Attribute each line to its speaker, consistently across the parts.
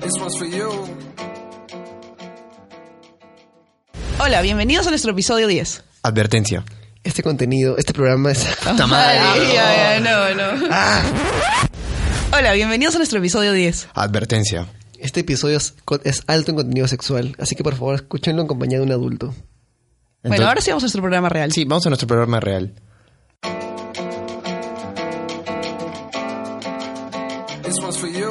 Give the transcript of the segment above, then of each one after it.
Speaker 1: This one's for you.
Speaker 2: Hola, bienvenidos a nuestro episodio 10.
Speaker 3: Advertencia.
Speaker 4: Este contenido, este programa es...
Speaker 3: Puta madre. Ah.
Speaker 2: Ay, ya, ya, no, no. Hola, bienvenidos a nuestro episodio 10.
Speaker 3: Advertencia.
Speaker 4: Este episodio es, con- es alto en contenido sexual, así que por favor escúchenlo en compañía de un adulto.
Speaker 2: bueno,
Speaker 3: Entonces-
Speaker 2: ahora sí vamos a nuestro programa real.
Speaker 3: Sí, vamos a nuestro programa real.
Speaker 1: This one's for you.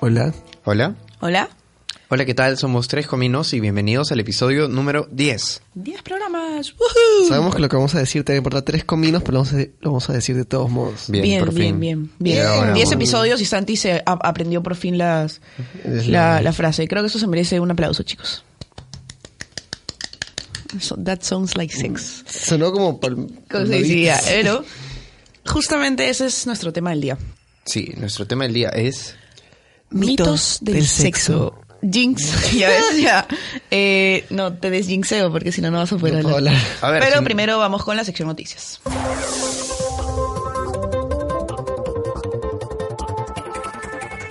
Speaker 4: Hola.
Speaker 3: Hola.
Speaker 2: Hola.
Speaker 5: Hola, ¿qué tal? Somos Tres Cominos y bienvenidos al episodio número 10.
Speaker 2: 10 programas. ¡Woohoo!
Speaker 4: Sabemos que lo que vamos a decir te va a importar tres cominos, pero lo vamos a, lo vamos a decir de todos modos.
Speaker 3: Bien,
Speaker 2: Bien,
Speaker 3: por
Speaker 2: bien,
Speaker 3: fin.
Speaker 2: bien, bien.
Speaker 3: Ya, ahora
Speaker 2: 10
Speaker 3: vamos.
Speaker 2: episodios y Santi se a- aprendió por fin las, la, la frase. Creo que eso se merece un aplauso, chicos. So- that sounds like sex.
Speaker 3: Mm.
Speaker 4: Sonó como... pal-
Speaker 2: Como se decía, pero justamente ese es nuestro tema del día.
Speaker 3: Sí, nuestro tema del día es.
Speaker 2: Mitos del, sexo. Jinx, ya ves, ya. Eh, no, te desjinxeo porque si no, no vas a poder
Speaker 4: No puedo
Speaker 2: hablar.
Speaker 4: hablar.
Speaker 3: A ver,
Speaker 2: Pero
Speaker 3: si-
Speaker 2: primero vamos con la sección noticias.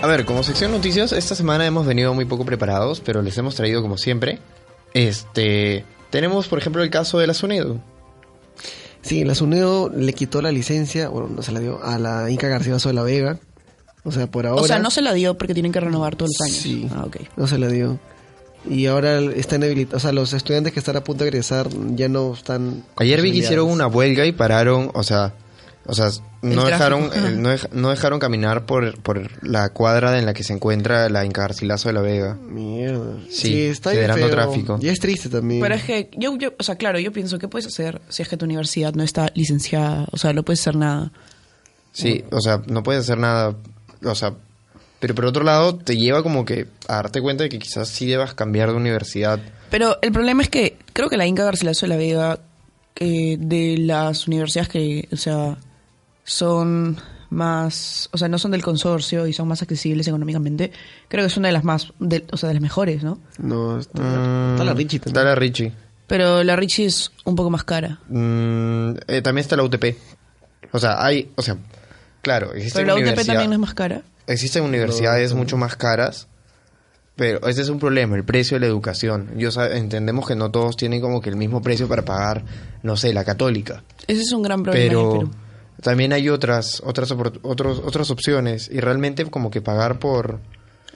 Speaker 3: A ver, como sección noticias, esta semana hemos venido muy poco preparados, pero les hemos traído como siempre. Este. Tenemos, por ejemplo, el caso de la SUNEDU.
Speaker 4: Sí, la SUNEDO le quitó la licencia, bueno, no se la dio, a la Inca García Oso de la Vega. O sea, por ahora...
Speaker 2: o sea, no se la dio porque tienen que renovar todos los años.
Speaker 4: Sí.
Speaker 2: Ah, ok.
Speaker 4: No se la dio. Y ahora están habilitados, o sea, los estudiantes que están a punto de egresar ya no están... con
Speaker 3: Ayer vi que
Speaker 4: posibilidades.
Speaker 3: hicieron una huelga y pararon, o sea, o sea, no
Speaker 2: El
Speaker 3: dejaron,
Speaker 2: tráfico.
Speaker 3: el- no, dej- no dejaron caminar por, por la cuadra en la que se encuentra la encarcilazo de la Vega.
Speaker 4: Mierda.
Speaker 3: Sí, generando tráfico.
Speaker 4: Y es triste también.
Speaker 2: Pero es que yo, yo, o sea, claro, yo pienso, ¿qué puedes hacer si es que tu universidad no está licenciada? O sea, no puedes hacer nada.
Speaker 3: Sí,
Speaker 2: Mm.
Speaker 3: o sea, no puedes hacer nada, o sea, pero por otro lado te lleva como que a darte cuenta de que quizás sí debas cambiar de universidad.
Speaker 2: Pero el problema es que creo que la Inca Garcilaso de la Vega, eh, de las universidades que, o sea, son más, o sea, no son del consorcio y son más accesibles económicamente, creo que es una de las más, de- o sea, de las mejores, ¿no?
Speaker 4: No, está,
Speaker 2: Mm.
Speaker 4: está la Richie
Speaker 3: Está
Speaker 4: también.
Speaker 3: la Richie.
Speaker 2: Pero la Richie es un poco más cara.
Speaker 3: Mm, eh, también está la UTP. O sea, hay, o sea, claro, existe
Speaker 2: Pero la UTP
Speaker 3: universidad-
Speaker 2: también es más cara.
Speaker 3: Existen universidades mucho más caras, pero ese es un problema, el precio de la educación. Yo sa- entendemos que no todos tienen como que el mismo precio para pagar, no sé, la católica,
Speaker 2: Ese es un gran problema en el
Speaker 3: pero
Speaker 2: Perú.
Speaker 3: también hay otras otras opor- otros, otras opciones y realmente como que pagar por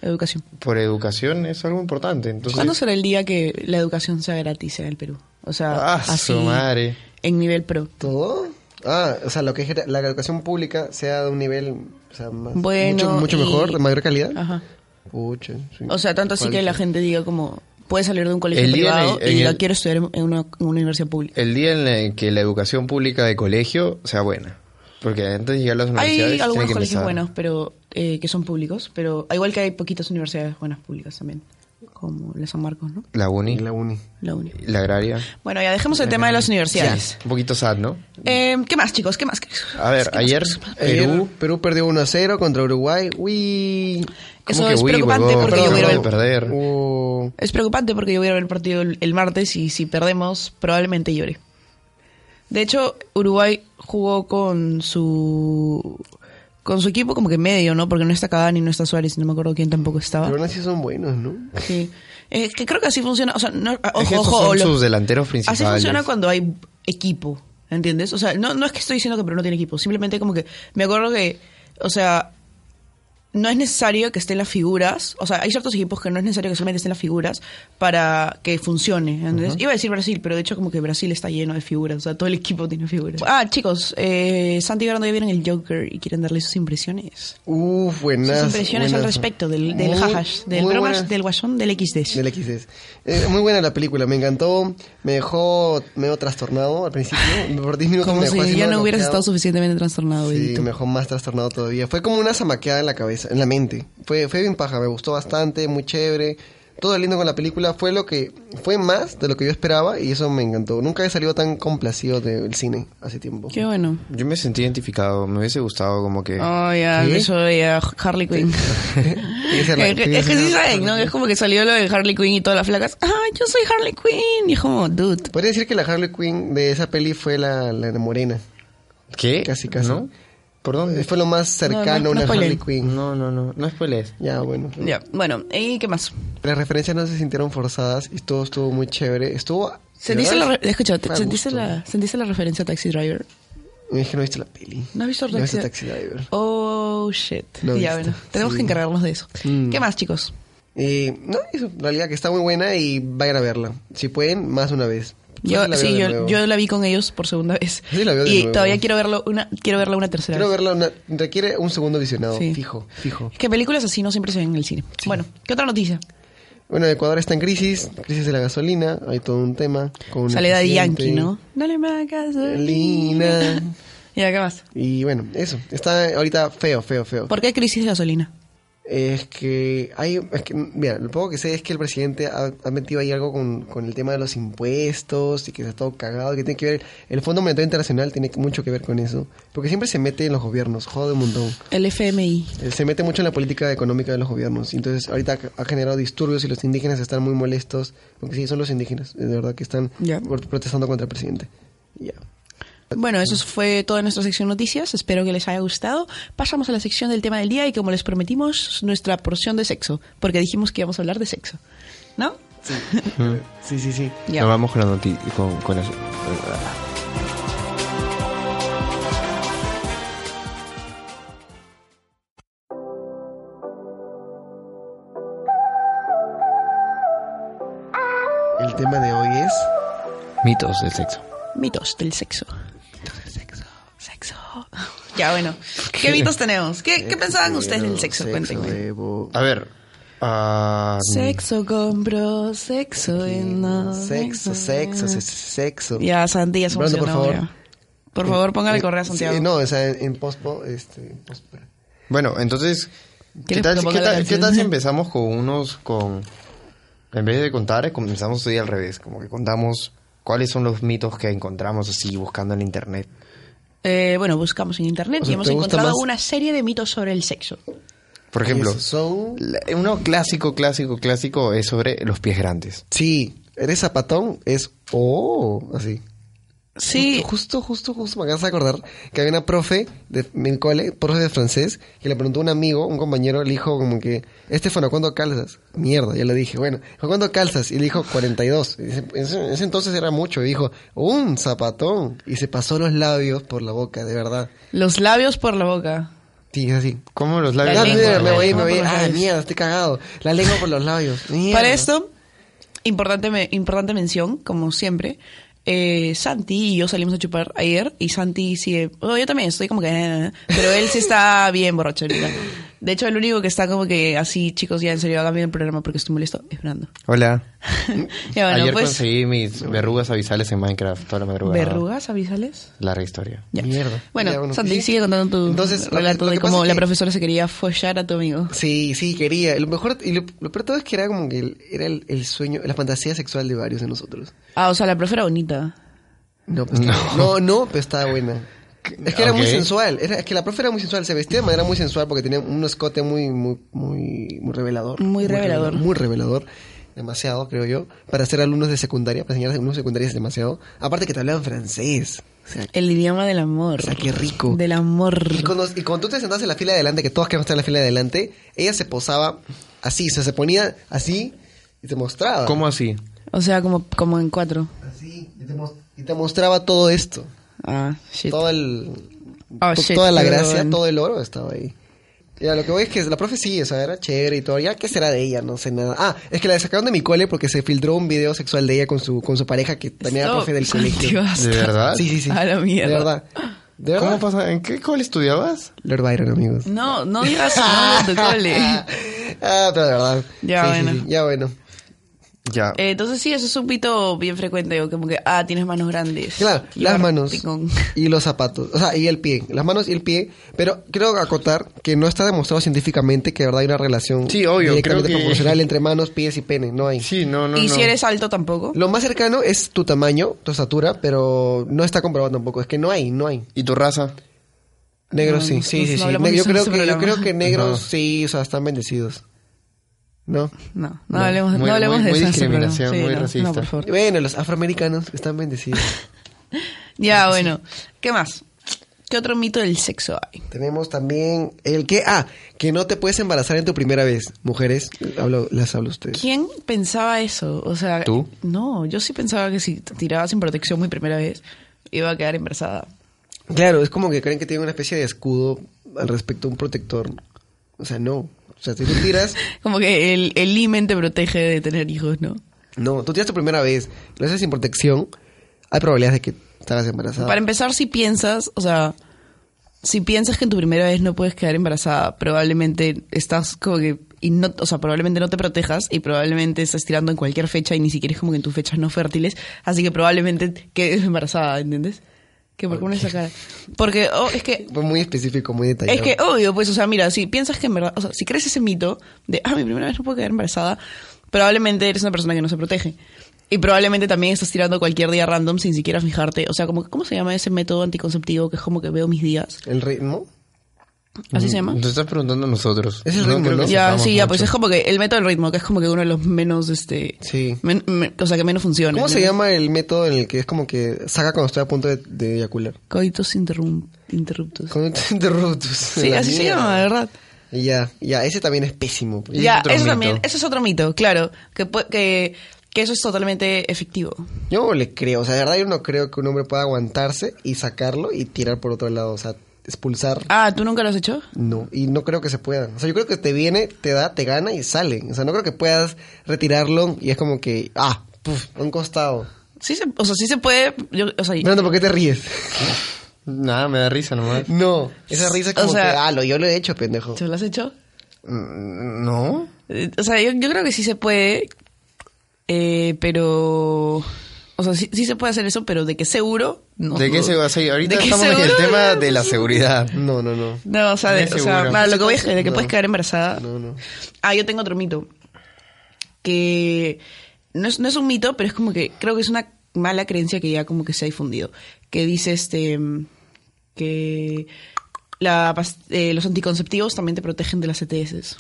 Speaker 2: Educación.
Speaker 3: por educación es algo importante. Entonces,
Speaker 2: ¿Cuándo será el día que la educación sea gratis en el Perú? O sea,
Speaker 3: Ah,
Speaker 2: así,
Speaker 3: su madre.
Speaker 2: en nivel pro.
Speaker 4: ¿Todo? Ah, o sea, lo que es la educación pública sea de un nivel o sea, más-
Speaker 2: Bueno,
Speaker 4: mucho, mucho
Speaker 2: y-
Speaker 4: mejor, de mayor calidad.
Speaker 2: Ajá.
Speaker 4: Pucha, sí.
Speaker 2: O sea, tanto así que la gente diga como, puede salir de un colegio
Speaker 3: El día en el-
Speaker 2: privado y
Speaker 3: en
Speaker 2: diga,
Speaker 3: el-
Speaker 2: quiero estudiar en una, en una universidad pública.
Speaker 3: el día en el que la educación pública de colegio sea buena, porque antes de llegar a las universidades
Speaker 2: Hay
Speaker 3: tiene
Speaker 2: algunos
Speaker 3: que
Speaker 2: colegios
Speaker 3: empezar.
Speaker 2: buenos, pero eh, que son públicos, pero al igual que hay poquitas universidades buenas públicas también, como la San Marcos, ¿no?
Speaker 3: la uni,
Speaker 4: en la uni.
Speaker 2: La uni.
Speaker 3: la agraria.
Speaker 2: Bueno, ya dejemos el tema de las universidades.
Speaker 3: Un poquito sad, ¿no?
Speaker 2: Eh, ¿Qué más, chicos? ¿Qué más?
Speaker 3: A ver, ayer
Speaker 4: Perú,
Speaker 3: Perú
Speaker 4: Perú perdió 1 a 0 contra Uruguay. Uy.
Speaker 2: Eso
Speaker 3: que
Speaker 2: es
Speaker 3: Wii,
Speaker 2: preocupante
Speaker 3: huevón?
Speaker 2: porque yo
Speaker 3: Perdón,
Speaker 2: voy a ver el
Speaker 3: perdón. perder.
Speaker 4: Oh.
Speaker 2: Es preocupante porque yo voy a ver el partido el, el martes y si perdemos probablemente llore. De hecho, Uruguay jugó con su con su equipo como que medio, ¿no? Porque no está Cavani, no está Suárez, no me acuerdo quién tampoco estaba.
Speaker 4: Pero aún así son buenos, ¿no?
Speaker 2: Sí. Es que creo que así funciona, o sea, no- ojo,
Speaker 3: Es que estos
Speaker 2: ojo,
Speaker 3: son
Speaker 2: lo-
Speaker 3: sus delanteros principales.
Speaker 2: así funciona cuando hay equipo, ¿entiendes? O sea, no, no es que estoy diciendo que Perú no tiene equipo, simplemente como que me acuerdo que, o sea, no es necesario que estén las figuras, o sea, hay ciertos equipos que no es necesario que solamente estén las figuras para que funcione. ¿entendés? Iba a decir Brasil, pero de hecho como que Brasil está lleno de figuras, o sea, todo el equipo tiene figuras. Ah, chicos, eh, Santi y Garando ya vieron el Joker y quieren darle sus impresiones.
Speaker 4: Uf, buenas.
Speaker 2: Sus impresiones al
Speaker 4: buenazo.
Speaker 2: respecto del, del
Speaker 4: Muy-
Speaker 2: jajash, del
Speaker 4: muy
Speaker 2: bromas,
Speaker 4: buenas.
Speaker 2: del guasón, del XD.
Speaker 4: Del XS. Eh, muy buena la película, me encantó. Me dejó medio trastornado al principio. Por 10 minutos
Speaker 2: Como
Speaker 4: me dejó
Speaker 2: si
Speaker 4: así
Speaker 2: ya
Speaker 4: medio
Speaker 2: no hubieras
Speaker 4: bloqueado.
Speaker 2: estado suficientemente trastornado.
Speaker 4: Sí,
Speaker 2: Edito.
Speaker 4: me dejó más trastornado todavía. Fue como una zamaqueada en la cabeza, en la mente. Fue, fue bien paja, me gustó bastante, muy chévere. Todo lindo con la película. Fue lo que fue más de lo que yo esperaba y eso me encantó. Nunca he salido tan complacido del cine hace tiempo.
Speaker 2: Qué bueno.
Speaker 3: Yo me sentí identificado, me hubiese gustado como que...
Speaker 2: Oh, ya,
Speaker 4: ¿Sí?
Speaker 2: eso de ya, Harley Quinn.
Speaker 4: Y esa
Speaker 2: es,
Speaker 4: es la-
Speaker 2: que, es que sí saben, ¿no? Es como que salió lo de Harley Quinn y todas las flacas. ¡Ah, yo soy Harley Quinn! Y es como, dude.
Speaker 4: Podría decir que la Harley Quinn de esa peli fue la, la de Morena.
Speaker 2: Eh,
Speaker 3: ¿Qué?
Speaker 4: Casi, casi.
Speaker 3: ¿No? ¿Por dónde?
Speaker 4: Fue lo más cercano
Speaker 2: no
Speaker 4: a una Harley
Speaker 2: spoileen.
Speaker 4: Quinn.
Speaker 3: No, no, no. No spoilees.
Speaker 4: Ya, bueno.
Speaker 2: Ya, bueno, ¿y qué más?
Speaker 4: Las referencias no se sintieron forzadas y todo estuvo muy chévere. Estuvo...
Speaker 2: ¿Sentiste la, re- escucha,
Speaker 4: Me
Speaker 2: ¿sentiste
Speaker 4: gustó.
Speaker 2: la, ¿sentiste la referencia a Taxi Driver?
Speaker 4: Me dije, no viste la peli.
Speaker 2: ¿No has visto
Speaker 4: No
Speaker 2: Taxi,
Speaker 4: viste Taxi Driver.
Speaker 2: Oh, shit.
Speaker 4: No he
Speaker 2: ya,
Speaker 4: visto.
Speaker 2: bueno, tenemos
Speaker 4: Sí.
Speaker 2: que encargarnos de eso.
Speaker 4: Mm.
Speaker 2: ¿Qué más, chicos?
Speaker 4: Eh, no, eso, en realidad que está muy buena y vayan a verla. Si pueden, más una vez.
Speaker 2: Yo,
Speaker 4: sí la veo
Speaker 2: sí,
Speaker 4: de
Speaker 2: yo,
Speaker 4: nuevo.
Speaker 2: yo la vi con ellos por segunda vez.
Speaker 4: Sí, la veo de
Speaker 2: y
Speaker 4: nuevo.
Speaker 2: todavía quiero verlo una, quiero verla una tercera
Speaker 4: Quiero
Speaker 2: vez.
Speaker 4: verla, una- requiere un segundo visionado.
Speaker 2: Sí.
Speaker 4: Fijo, fijo.
Speaker 2: Es que películas así no siempre se ven en el cine. Bueno, ¿qué otra noticia?
Speaker 4: Bueno, Ecuador está en crisis, crisis de la gasolina, hay todo un tema. Con
Speaker 2: Sale Daddy Yankee,
Speaker 4: eficiente-
Speaker 2: ¿no? Dale más gasolina.
Speaker 4: Lina.
Speaker 2: ya, ¿qué más?
Speaker 4: Y bueno, eso. Está ahorita feo, feo, feo.
Speaker 2: ¿Por qué crisis de gasolina?
Speaker 4: Es que hay. Es que, mira, lo poco que sé es que el presidente ha, ha metido ahí algo con, con el tema de los impuestos y que está todo cagado. Que tiene que ver. El Fondo Monetario Internacional tiene mucho que ver con eso. Porque siempre se mete en los gobiernos, jode un montón.
Speaker 2: El FMI.
Speaker 4: Él se mete mucho en la política económica de los gobiernos. Y Entonces, ahorita ha generado disturbios y los indígenas están muy molestos. Porque sí, son los indígenas, eh, de verdad, que están
Speaker 2: Ya.
Speaker 4: por- protestando contra el presidente. Ya.
Speaker 2: Bueno, eso fue toda nuestra sección noticias. Espero que les haya gustado. Pasamos a la sección del tema del día y como les prometimos, nuestra porción de sexo. Porque dijimos que íbamos a hablar de sexo. ¿No?
Speaker 4: Sí, sí, sí.
Speaker 2: Ya.
Speaker 3: Nos vamos con la noti- con, con las-
Speaker 4: El tema de hoy es.
Speaker 3: mitos del sexo.
Speaker 2: Mitos del sexo. Sexo. Ya, bueno. ¿Qué mitos tenemos? ¿Qué,
Speaker 4: Eh, Este
Speaker 2: qué pensaban ustedes del sexo? Cuéntenme.
Speaker 4: bebo.
Speaker 3: A ver. ah,
Speaker 2: Sexo compro, sexo en no.
Speaker 4: Sexo, sexo, se- sexo.
Speaker 2: Ya, Santi, ya se
Speaker 4: Brando, por
Speaker 2: emocionó,
Speaker 4: favor.
Speaker 2: ya. Por favor, póngale
Speaker 4: Eh,
Speaker 2: correo a
Speaker 4: sí,
Speaker 2: Santiago.
Speaker 4: no, o sea, en, en pospo, este, pospo.
Speaker 3: Bueno, entonces, ¿qué
Speaker 2: ¿Quieres
Speaker 3: tal,
Speaker 2: que
Speaker 3: qué
Speaker 2: ponga la
Speaker 3: tal- qué
Speaker 2: canción?
Speaker 3: tal si empezamos con unos, con... En vez de contar, comenzamos hoy al revés, como que contamos cuáles son los mitos que encontramos así buscando en internet.
Speaker 2: Eh, bueno, buscamos en internet
Speaker 4: O sea,
Speaker 2: y hemos
Speaker 4: ¿te gusta
Speaker 2: encontrado
Speaker 4: más?
Speaker 2: una serie de mitos sobre el sexo.
Speaker 3: Por ejemplo,
Speaker 4: Es- son-
Speaker 3: la- uno clásico, clásico, clásico es sobre los pies grandes.
Speaker 4: Sí, eres zapatón, es oh, así.
Speaker 2: Sí,
Speaker 4: Justo, justo, justo me acabas de acordar que había una profe de mi cole, profe de francés, que le preguntó a un amigo, un compañero, le dijo como que, Estefano, ¿cuándo calzas? Mierda, yo le dije, bueno, dijo, ¿cuándo calzas? Y le dijo, 42. Y dice, En ese, en ese entonces era mucho, y dijo, un zapatón. Y se pasó los labios por la boca, de verdad.
Speaker 2: los labios por la boca.
Speaker 4: Sí, es así.
Speaker 3: ¿Cómo los
Speaker 4: Ah,
Speaker 3: labios?
Speaker 2: La
Speaker 4: mira,
Speaker 2: lengua,
Speaker 4: me
Speaker 2: la
Speaker 4: voy,
Speaker 2: lengua
Speaker 4: me voy.
Speaker 2: por los
Speaker 4: Ah,
Speaker 2: labios.
Speaker 4: mierda, estoy cagado. La lengua por los labios. Mierda.
Speaker 2: Para esto, importante, me- importante mención, como siempre. eh, Santi y yo salimos a chupar ayer y Santi sí, oh, yo también estoy como que, eh, pero él sí está bien borracho ahorita. De hecho, el único que está como que así, chicos, ya en serio, hagan bien el programa porque estoy molesto, es Fernando.
Speaker 3: Hola.
Speaker 2: Ya, bueno,
Speaker 3: Ayer
Speaker 2: pues,
Speaker 3: conseguí mis verrugas avisales en Minecraft toda la madrugada.
Speaker 2: verrugas, avisales.
Speaker 3: Larga historia.
Speaker 2: Ya.
Speaker 4: Mierda.
Speaker 2: Bueno,
Speaker 4: Ya, bueno,
Speaker 2: Santi,
Speaker 4: sí.
Speaker 2: sigue contando tu
Speaker 4: Entonces, lo que-
Speaker 2: relato
Speaker 4: lo
Speaker 2: de
Speaker 4: que pasa
Speaker 2: cómo
Speaker 4: es
Speaker 2: la
Speaker 4: que-
Speaker 2: profesora se quería follar a tu amigo.
Speaker 4: Sí, sí, quería. Lo mejor, y lo, lo peor de todo es que era como que el- era el, el sueño, la fantasía sexual de varios de nosotros.
Speaker 2: Ah, o sea, la profe era bonita.
Speaker 4: No, pues, no. no, pero estaba buena. Es que era muy
Speaker 3: Ok.
Speaker 4: sensual. Era, es que la profe era muy sensual. Se vestía de manera muy sensual porque tenía un escote muy, muy, muy, muy revelador.
Speaker 2: Muy revelador.
Speaker 4: Muy revelador. Demasiado, creo yo. Para ser alumnos de secundaria, para enseñar a alumnos de secundaria es demasiado. Aparte que te hablaban francés. O sea,
Speaker 2: El idioma del amor.
Speaker 4: o sea, qué rico.
Speaker 2: Del amor.
Speaker 4: Y cuando, y cuando tú te sentabas en la fila de adelante, que todos queremos estar en la fila de adelante, ella se posaba así, o sea, se ponía así y te mostraba.
Speaker 3: ¿Cómo así?
Speaker 2: O sea, como, como en cuatro.
Speaker 4: Así, y te, mos- y te mostraba todo esto.
Speaker 2: Ah, shit.
Speaker 4: Todo el,
Speaker 2: Oh,
Speaker 4: to-
Speaker 2: shit,
Speaker 4: toda la
Speaker 2: qué
Speaker 4: gracia,
Speaker 2: huevón.
Speaker 4: todo el oro estaba ahí. Ya, lo que voy es que la profe sí, o sea, era chévere y todo. Ya, ¿qué será de ella? No sé nada. Ah, es que la sacaron de mi cole porque se filtró un video sexual de ella con su, con su pareja que también era
Speaker 2: Stop,
Speaker 4: profe del
Speaker 2: Santi,
Speaker 4: colegio.
Speaker 2: basta.
Speaker 3: ¿De verdad?
Speaker 4: Sí, sí, sí.
Speaker 2: A la mierda.
Speaker 4: De verdad. De verdad.
Speaker 3: ¿Cómo pasa? ¿En qué cole estudiabas?
Speaker 4: Lord Byron, amigos.
Speaker 2: No, no digas nada de tu cole.
Speaker 4: Ah, pero de verdad.
Speaker 2: Ya,
Speaker 4: Sí, sí,
Speaker 2: bueno.
Speaker 4: sí, ya bueno.
Speaker 3: Ya.
Speaker 2: Eh, entonces sí, eso es un pito bien frecuente. o Como que, ah, tienes manos grandes.
Speaker 4: Claro,
Speaker 2: Y
Speaker 4: las
Speaker 2: ahora,
Speaker 4: manos
Speaker 2: picón.
Speaker 4: y los zapatos, o sea, y el pie, las manos y el pie, pero creo acotar que no está demostrado científicamente que de verdad hay una relación
Speaker 3: Sí, obvio,
Speaker 4: directamente
Speaker 3: creo que-
Speaker 4: proporcional entre manos, pies y pene, no hay.
Speaker 3: sí, no, no,
Speaker 2: y
Speaker 3: no.
Speaker 2: si eres alto tampoco.
Speaker 4: Lo más cercano es tu tamaño, tu estatura, pero no está comprobado tampoco, es que no hay, no hay.
Speaker 3: ¿Y tu raza?
Speaker 4: Negros
Speaker 2: No,
Speaker 4: sí,
Speaker 2: no,
Speaker 4: sí,
Speaker 2: no
Speaker 4: sí, sí.
Speaker 2: hablamos
Speaker 4: Ne-
Speaker 2: de
Speaker 4: Yo
Speaker 2: eso en
Speaker 4: creo
Speaker 2: este
Speaker 4: que yo
Speaker 2: programa.
Speaker 4: creo que negros
Speaker 3: No.
Speaker 4: sí, o sea, están bendecidos. ¿No?
Speaker 2: No, no, hablemos,
Speaker 3: muy-
Speaker 2: no hablemos
Speaker 3: muy-
Speaker 2: de
Speaker 3: muy
Speaker 2: eso en este
Speaker 3: discriminación,
Speaker 2: programa.
Speaker 3: muy
Speaker 2: no,
Speaker 3: racista.
Speaker 2: No, por favor.
Speaker 4: Bueno, los afroamericanos están bendecidos.
Speaker 2: Ya, bueno. ¿Qué más? ¿Qué otro mito del sexo hay?
Speaker 4: Tenemos también el que, ah, que no te puedes embarazar en tu primera vez. Mujeres, hablo, las hablo a ustedes.
Speaker 2: ¿Quién pensaba eso? O sea,
Speaker 5: ¿Tú?
Speaker 2: No, yo sí pensaba que si tiraba sin protección mi primera vez, iba a quedar embarazada.
Speaker 4: Claro, es como que creen que tienen una especie de escudo al respecto a un protector. O sea, no. O sea, si tú tiras,
Speaker 2: Como que el, el imen te protege de tener hijos, ¿no?
Speaker 4: no, tú tiras tu primera vez, lo haces sin protección, hay probabilidades de que estarás embarazada.
Speaker 2: Para empezar, si piensas, o sea, si piensas que en tu primera vez no puedes quedar embarazada, probablemente estás como que, y no, o sea, probablemente no te protejas y probablemente estás tirando en cualquier fecha y ni siquiera es como que en tus fechas no fértiles, así que probablemente quedes embarazada, ¿entiendes? Que por qué una saca- Porque, oh, es que
Speaker 4: Fue muy específico, muy detallado.
Speaker 2: es que, obvio, pues, o sea, mira, si piensas que en verdad, o sea, si crees ese mito de, ah, mi primera vez no puedo quedar embarazada, probablemente eres una persona que no se protege. Y probablemente también estás tirando cualquier día random sin siquiera fijarte. O sea, como, que- ¿cómo se llama ese método anticonceptivo que es como que veo mis días?
Speaker 4: El ritmo.
Speaker 2: ¿Así se
Speaker 3: Mm,
Speaker 2: llama?
Speaker 5: Te estás preguntando a nosotros.
Speaker 4: Es el
Speaker 5: No
Speaker 4: ritmo,
Speaker 5: creo
Speaker 4: ¿no?
Speaker 5: que
Speaker 2: Ya,
Speaker 5: sepamos
Speaker 2: sí, ya, pues
Speaker 5: mucho.
Speaker 2: es como que el método del ritmo, que es como que uno de los menos, este...
Speaker 4: Sí.
Speaker 2: men- men- o sea, que menos funciona.
Speaker 4: ¿Cómo se
Speaker 2: ¿no?
Speaker 4: llama el método en el que es como que saca cuando estoy a punto de, de eyacular?
Speaker 2: Coitos interrum- interruptus.
Speaker 4: Con interruptus.
Speaker 2: Sí, así se llama, de verdad.
Speaker 4: Y Ya, ya, ese también es pésimo. pues.
Speaker 2: Ya,
Speaker 5: otro
Speaker 2: eso
Speaker 5: mito.
Speaker 2: también, eso es otro mito, claro, que, pu- que, que eso es totalmente efectivo.
Speaker 4: Yo le creo, o sea, de verdad yo no creo que un hombre pueda aguantarse y sacarlo y tirar por otro lado, o sea, expulsar.
Speaker 2: Ah, ¿tú nunca lo has hecho?
Speaker 4: No, y no creo que se pueda. O sea, yo creo que te viene, te da, te gana y sale. O sea, no creo que puedas retirarlo y es como que, ah, puf, a un costado.
Speaker 2: Sí se, o sea, sí se puede, yo- o sea,
Speaker 4: Brandon, ¿por qué te ríes?
Speaker 5: Nada, me da risa nomás.
Speaker 4: No, esa risa es como
Speaker 2: O sea-
Speaker 4: que, ah, lo, yo lo he hecho, pendejo.
Speaker 2: ¿tú lo has hecho?
Speaker 5: Mm, ¿No?
Speaker 2: Eh, O sea, yo, yo creo que sí se puede, eh, pero... O sea, sí, sí se puede hacer eso, pero de que seguro, no.
Speaker 5: ¿De qué se va a
Speaker 2: hacer?
Speaker 5: hacer? Ahorita estamos en el tema de la seguridad.
Speaker 4: No, no, no.
Speaker 2: No, o sea,
Speaker 5: No
Speaker 2: de-
Speaker 5: es
Speaker 2: o sea
Speaker 5: seguro.
Speaker 2: para lo que voy a decir, de que
Speaker 4: No.
Speaker 2: puedes quedar embarazada.
Speaker 4: No, no.
Speaker 2: Ah, yo tengo otro mito. Que no es, no es un mito, pero es como que creo que es una mala creencia que ya como que se ha difundido. Que dice este que la, pas- eh, los anticonceptivos también te protegen de las E ETS.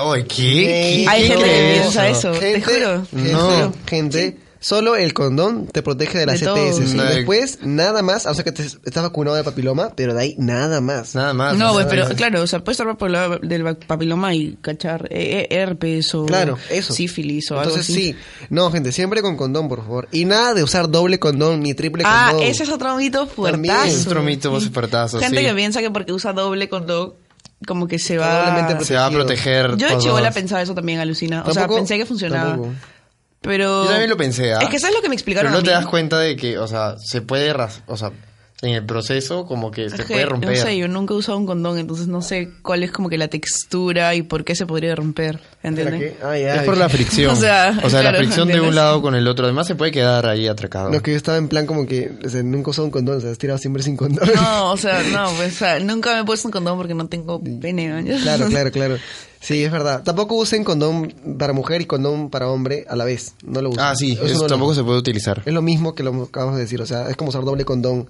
Speaker 5: Oye, ¿qué?
Speaker 4: ¿Qué?
Speaker 2: Hay
Speaker 4: ¿Qué
Speaker 2: gente
Speaker 4: es
Speaker 2: que
Speaker 5: eso?
Speaker 2: piensa eso, te juro.
Speaker 4: gente,
Speaker 5: No.
Speaker 4: gente, solo el condón te protege de las
Speaker 2: De todo.
Speaker 4: ETS. Y
Speaker 5: No, de-
Speaker 4: después, nada más, o sea que te, estás vacunado de papiloma, pero de ahí nada más.
Speaker 5: Nada más.
Speaker 2: No, güey,
Speaker 5: nada
Speaker 2: pero
Speaker 5: más.
Speaker 2: claro, o sea, puedes estar por el lado del papiloma y cachar eh, eh, herpes o
Speaker 4: Claro, eso.
Speaker 2: sífilis o algo
Speaker 4: Entonces
Speaker 2: así.
Speaker 4: sí. No, gente, siempre con condón, por favor. Y nada de usar doble condón ni triple
Speaker 2: Ah,
Speaker 4: condón.
Speaker 2: ese es otro mito
Speaker 4: También.
Speaker 2: fuertazo.
Speaker 5: Es otro mito, vos espartazo,
Speaker 2: Gente
Speaker 5: sí.
Speaker 2: que piensa que porque usa doble condón, como que se va...
Speaker 4: Probablemente
Speaker 5: Se va a proteger.
Speaker 2: Yo de
Speaker 5: por
Speaker 2: chivola
Speaker 5: dos.
Speaker 2: pensaba eso también, alucina. O sea,
Speaker 4: Tampoco-
Speaker 2: pensé que funcionaba.
Speaker 4: tampoco.
Speaker 2: Pero...
Speaker 5: Yo también lo pensé, ¿ah?
Speaker 2: Es que ¿sabes lo que me explicaron
Speaker 5: Pero no
Speaker 2: a
Speaker 5: te
Speaker 2: mí?
Speaker 5: das cuenta de que, o sea, se puede, ras- o sea, en el proceso como que se
Speaker 2: Es que,
Speaker 5: puede romper.
Speaker 2: No sé, yo nunca he usado un condón, entonces no sé cuál es como que la textura y por qué se podría romper, ¿entiendes?
Speaker 4: Ah, ya,
Speaker 5: Es por la fricción.
Speaker 2: O
Speaker 5: O
Speaker 2: sea,
Speaker 5: sea,
Speaker 2: claro,
Speaker 5: la fricción de
Speaker 2: ¿entiendes?
Speaker 5: un lado con el otro. Además, se puede quedar ahí atracado.
Speaker 4: No, que yo estaba en plan como que o sea, nunca usaba un condón, o sea, has tirado siempre sin condón.
Speaker 2: No, o sea, no, pues, o sea, nunca me he puesto un condón porque no tengo pene. ¿no?
Speaker 4: Claro, claro, claro. Sí, es verdad. Tampoco usen condón para mujer y condón para hombre a la vez. No lo usen.
Speaker 5: Ah, sí,
Speaker 4: Eso
Speaker 5: eso
Speaker 4: no lo-
Speaker 5: tampoco se puede utilizar.
Speaker 4: Es lo mismo que lo que acabamos de decir. O sea, es como usar doble condón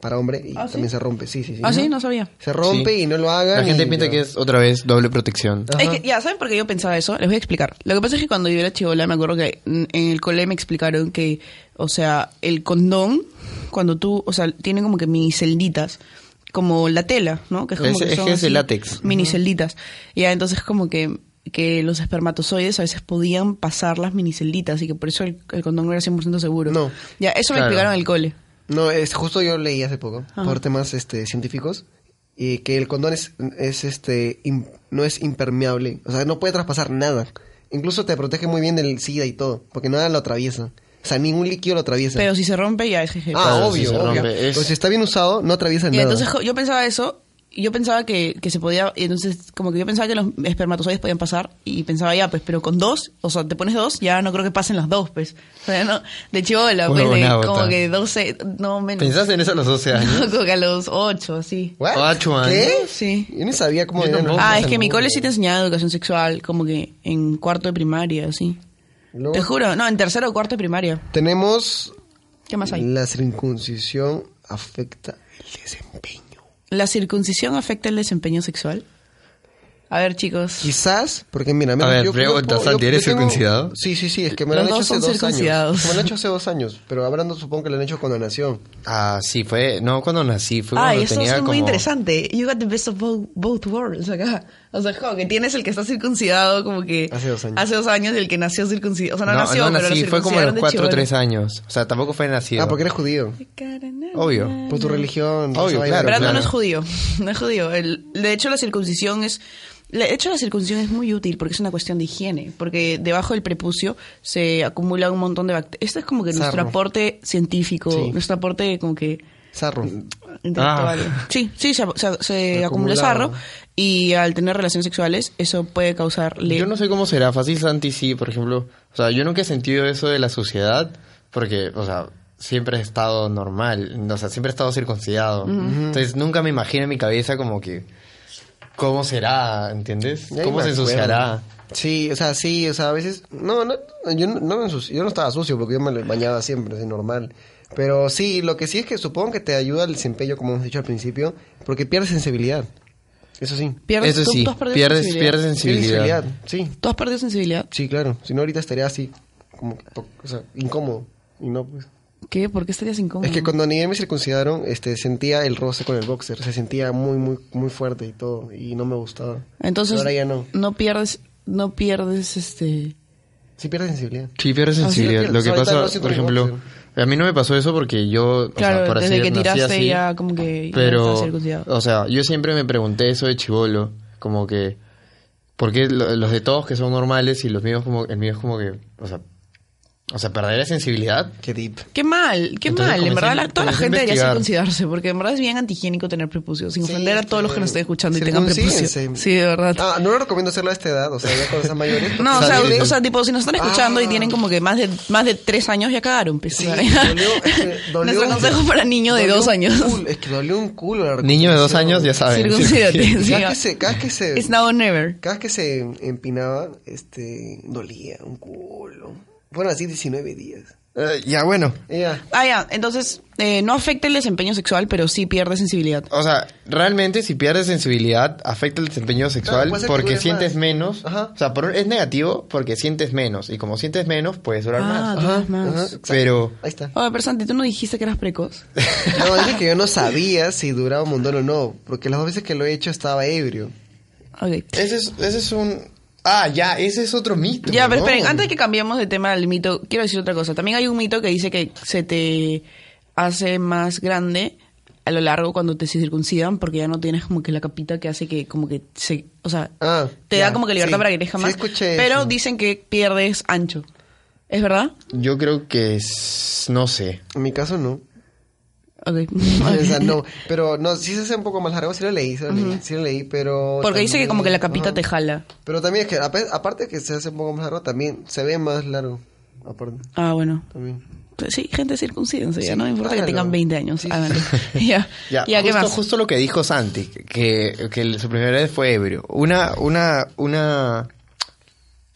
Speaker 4: para hombre y
Speaker 2: ¿Ah, sí?
Speaker 4: también se rompe. Sí, sí, sí.
Speaker 2: Ah, sí, no sabía.
Speaker 4: Se rompe
Speaker 5: Sí.
Speaker 4: y no lo hagan.
Speaker 5: La gente
Speaker 4: y
Speaker 5: piensa
Speaker 4: ya.
Speaker 5: que es otra vez doble protección.
Speaker 4: Ajá.
Speaker 2: Es que, ya, ¿saben por qué yo pensaba eso? Les voy a explicar. Lo que pasa es que cuando yo era chivola, me acuerdo que mm, en el cole me explicaron que, o sea, el condón, cuando tú, o sea, tienen como que mini celditas, como la tela, ¿no? Que como
Speaker 5: Es- es
Speaker 2: son
Speaker 5: que es de
Speaker 2: así,
Speaker 5: látex.
Speaker 2: Mini celditas. Y ya, entonces como que, que los espermatozoides a veces podían pasar las minicelditas y que por eso el, el condón no era 100% seguro.
Speaker 4: No.
Speaker 2: Ya, eso me
Speaker 5: Claro.
Speaker 2: explicaron en el cole.
Speaker 4: No, es justo yo leí hace poco
Speaker 2: Ajá.
Speaker 4: por temas este científicos y que el condón es, es este im- no es impermeable, o sea, no puede traspasar nada. Incluso te protege muy bien del SIDA y todo, porque nada lo atraviesa. O sea, ningún líquido lo atraviesa.
Speaker 2: Pero si se rompe, ya es jeje.
Speaker 4: ah,
Speaker 5: Claro, si
Speaker 4: obvio,
Speaker 5: se
Speaker 4: obvio.
Speaker 5: rompe, es-
Speaker 4: Pero si está bien usado, no atraviesa
Speaker 2: Y
Speaker 4: nada.
Speaker 2: entonces jo- yo pensaba eso, y yo pensaba que, que se podía, y entonces como que yo pensaba que los espermatozoides podían pasar, y pensaba ya, pues, pero con dos, o sea, te pones dos, ya no creo que pasen las dos, pues. O sea, no, de
Speaker 5: Una
Speaker 2: chivola, pues, de,
Speaker 5: buena bota.
Speaker 2: como que 12, no menos.
Speaker 5: ¿Pensaste en eso a los 12 años?
Speaker 2: No, como que a los ocho, así.
Speaker 4: ¿What?
Speaker 5: Ocho años.
Speaker 4: ¿Qué?
Speaker 2: Sí.
Speaker 4: Yo ni sabía cómo
Speaker 5: Yo
Speaker 4: era,
Speaker 5: tampoco.
Speaker 4: ¿no?
Speaker 2: Ah, es que en mi cole sí te enseñaba educación sexual, como que en cuarto de primaria, así.
Speaker 4: Luego
Speaker 2: Te juro, no, en tercero o cuarto de primaria.
Speaker 4: Tenemos
Speaker 2: ¿Qué más hay?
Speaker 4: la circuncisión afecta el desempeño.
Speaker 2: ¿La circuncisión afecta el desempeño sexual? A ver, chicos.
Speaker 4: Quizás, porque mira, mira,
Speaker 5: ver, pregunta, Santi, ¿eres
Speaker 4: tengo-
Speaker 5: circuncidado?
Speaker 4: Sí, sí, sí, es que me
Speaker 2: Los
Speaker 4: lo han hecho
Speaker 2: dos
Speaker 4: hace
Speaker 2: son
Speaker 4: dos años.
Speaker 2: circuncidados.
Speaker 4: Me lo han hecho hace dos años, pero hablando supongo que lo han hecho con donación.
Speaker 3: Ah, sí, fue. No, cuando nací, fue
Speaker 2: Ay,
Speaker 3: cuando
Speaker 2: esto
Speaker 3: tenía
Speaker 2: Ah, es
Speaker 3: como.
Speaker 2: muy interesante. You got the best of both, both worlds acá. O sea, como que tienes el que está circuncidado como que...
Speaker 4: Hace dos años.
Speaker 2: Hace dos años y el que nació circuncidado. O sea, no, nació, pero
Speaker 3: nací,
Speaker 2: lo
Speaker 3: fue como a los 4 o 3
Speaker 2: años.
Speaker 3: años. O sea, tampoco fue nacido.
Speaker 4: Ah, porque eres judío.
Speaker 3: Obvio.
Speaker 4: Por pues tu religión.
Speaker 3: Obvio,
Speaker 4: esa vaina.
Speaker 3: claro,
Speaker 2: Pero
Speaker 3: claro.
Speaker 2: no es judío. No es judío. El- de hecho, la circuncisión es... De hecho, la circuncisión es muy útil porque es una cuestión de higiene. Porque debajo del prepucio se acumula un montón de bacterias. Esto es como que nuestro
Speaker 4: Sarro.
Speaker 2: aporte científico,
Speaker 4: Sí.
Speaker 2: nuestro aporte como que...
Speaker 4: Sarro.
Speaker 3: Mm,
Speaker 2: intelectual. Sí, sí, se, se- se acumula sarro y al tener relaciones sexuales eso puede causarle...
Speaker 3: Yo no sé cómo será. Fácil Santi sí, por ejemplo. O sea, yo nunca he sentido eso de la suciedad porque, o sea, siempre he estado normal. O sea, siempre he estado circuncidado. Entonces, nunca me imagino en mi cabeza como que... ¿Cómo será? ¿Entiendes?
Speaker 4: Ya
Speaker 3: ¿Cómo
Speaker 4: me
Speaker 3: se
Speaker 4: acuerdo.
Speaker 3: ensuciará?
Speaker 4: Sí, o sea, sí, o sea, a veces... No, no, yo no, no me ensucio- yo no estaba sucio porque yo me bañaba siempre, así normal. Pero sí, lo que sí es que supongo que te ayuda el desempeño, como hemos dicho al principio, porque pierdes sensibilidad. Eso sí.
Speaker 2: Pierdes-
Speaker 3: Eso
Speaker 2: tú-
Speaker 3: sí,
Speaker 2: tú has perdido
Speaker 3: pierdes,
Speaker 2: sensibilidad.
Speaker 3: pierdes sensibilidad.
Speaker 4: Pierdes Sí,
Speaker 2: ¿Tú has perdido sensibilidad?
Speaker 4: sí, claro. Si no, ahorita estaría así, como, que po- o sea, incómodo. Y no, pues...
Speaker 2: ¿Qué? ¿Por qué estarías incómodo?
Speaker 4: Es que cuando a Miguel me circuncidaron, este, sentía el roce con el boxer. Se sentía muy, muy, muy fuerte y todo. Y no me gustaba.
Speaker 2: Entonces,
Speaker 4: Ahora ya no.
Speaker 2: pierdes, no pierdes este...
Speaker 4: Sí pierde sensibilidad.
Speaker 3: Sí, pierdes
Speaker 4: Ah, sí,
Speaker 3: sensibilidad.
Speaker 4: lo
Speaker 3: lo que
Speaker 4: pierdes. Ahorita
Speaker 3: pasa,
Speaker 4: no siento
Speaker 3: por
Speaker 4: ningún
Speaker 3: ejemplo, a mí no me pasó eso porque yo, o sea,
Speaker 2: Claro,
Speaker 3: por así
Speaker 2: desde que
Speaker 3: decir, nací
Speaker 2: tiraste
Speaker 3: así,
Speaker 2: ya como que ya estás
Speaker 3: pero, Oh.
Speaker 2: circuncidado.
Speaker 3: o sea, yo siempre me pregunté eso de chivolo, como que, ¿por qué lo- los de todos que son normales y los míos como, el mío es como que, o sea, o sea, perder la sensibilidad?
Speaker 4: Qué deep.
Speaker 2: Qué mal, qué
Speaker 3: Entonces
Speaker 2: mal. En
Speaker 3: comencé-
Speaker 2: verdad, la- toda
Speaker 3: comencé a
Speaker 2: la gente debería
Speaker 3: investigar.
Speaker 2: circuncidarse porque en verdad es bien antihigiénico tener prepucio. Sin
Speaker 4: Sí,
Speaker 2: ofender a todos los que nos estén escuchando y tengan prepucio.
Speaker 4: circuncídense.
Speaker 2: Sí, de verdad.
Speaker 4: Ah, no lo recomiendo hacerlo a esta edad. O sea, ¿eh? ya con esas mayores.
Speaker 2: No, o sea,
Speaker 4: Sale-
Speaker 2: o sea, tipo, si nos están escuchando y tienen como que más de más de tres años, ya cagaron. Pues,
Speaker 4: Sí,
Speaker 2: o sea,
Speaker 4: dolió, es que dolió
Speaker 2: Nuestro
Speaker 4: un-
Speaker 2: consejo para niño de
Speaker 4: dolió
Speaker 2: dos
Speaker 4: un eh.
Speaker 2: años.
Speaker 4: culo, es que dolió un culo la
Speaker 3: Niño de dos años, ya
Speaker 4: recuperación.
Speaker 3: saben.
Speaker 2: Circuncídate. sí.
Speaker 4: Cada vez que se, cada vez que se,
Speaker 2: It's now or never.
Speaker 4: cada vez que se empinaba, este, dolía un culo. Fueron así 19 días.
Speaker 3: Eh, ya, bueno.
Speaker 4: Ya.
Speaker 2: Ah, ya. Entonces, eh, no afecta el desempeño sexual, pero sí pierde sensibilidad.
Speaker 3: O sea, realmente si pierdes sensibilidad afecta el desempeño sexual
Speaker 4: puede ser que
Speaker 3: porque
Speaker 4: dures
Speaker 3: sientes
Speaker 4: más.
Speaker 3: menos.
Speaker 4: Ajá.
Speaker 3: O sea, por un- es negativo porque sientes menos y como sientes menos puedes durar
Speaker 2: Ah,
Speaker 3: más.
Speaker 2: duras más.
Speaker 4: Ajá, exacto.
Speaker 3: Pero
Speaker 4: Ahí está.
Speaker 2: Oye, pero Santi, ¿tú no dijiste que eras precoz?
Speaker 4: No, dije que yo no sabía si duraba un montón o no, porque las dos veces que lo he hecho estaba ebrio.
Speaker 2: Ok.
Speaker 3: Ese es, ese es un... Ah, ya, ese es otro mito.
Speaker 2: Ya, pero
Speaker 3: ¿no?
Speaker 2: esperen, antes de que cambiemos de tema del mito, quiero decir otra cosa. También hay un mito que dice que se te hace más grande a lo largo cuando te circuncidan porque ya no tienes como que la capita que hace que como que se, o sea,
Speaker 4: Ah,
Speaker 2: te
Speaker 4: ya,
Speaker 2: da como que libertad
Speaker 4: sí.
Speaker 2: para que crezca
Speaker 4: Sí,
Speaker 2: más.
Speaker 4: escuché
Speaker 2: pero
Speaker 4: eso.
Speaker 2: dicen que pierdes ancho. ¿Es verdad?
Speaker 3: Yo creo que es... No sé.
Speaker 4: En mi caso no.
Speaker 2: Ok.
Speaker 4: O sea, no. Pero no, sí se hace un poco más largo, sí lo leí, sí lo leí, sí lo leí, pero...
Speaker 2: Porque dice que como que la capita te
Speaker 4: jala.
Speaker 2: jala.
Speaker 4: Pero también es que, ape- aparte de que se hace un poco más largo, también se ve más largo. Aparte,
Speaker 2: Ah, bueno. Pues
Speaker 4: también.
Speaker 2: Sí, gente circuncídense, ya
Speaker 4: Sí,
Speaker 2: no me importa que
Speaker 4: hágalo.
Speaker 2: tengan 20 años.
Speaker 4: Sí, sí,
Speaker 2: háganlo. ya, ya,
Speaker 3: Ya,
Speaker 2: ¿qué
Speaker 3: justo,
Speaker 2: más?
Speaker 3: justo lo que dijo Santi, que, que el- su primera vez fue ebrio. Una, una, una,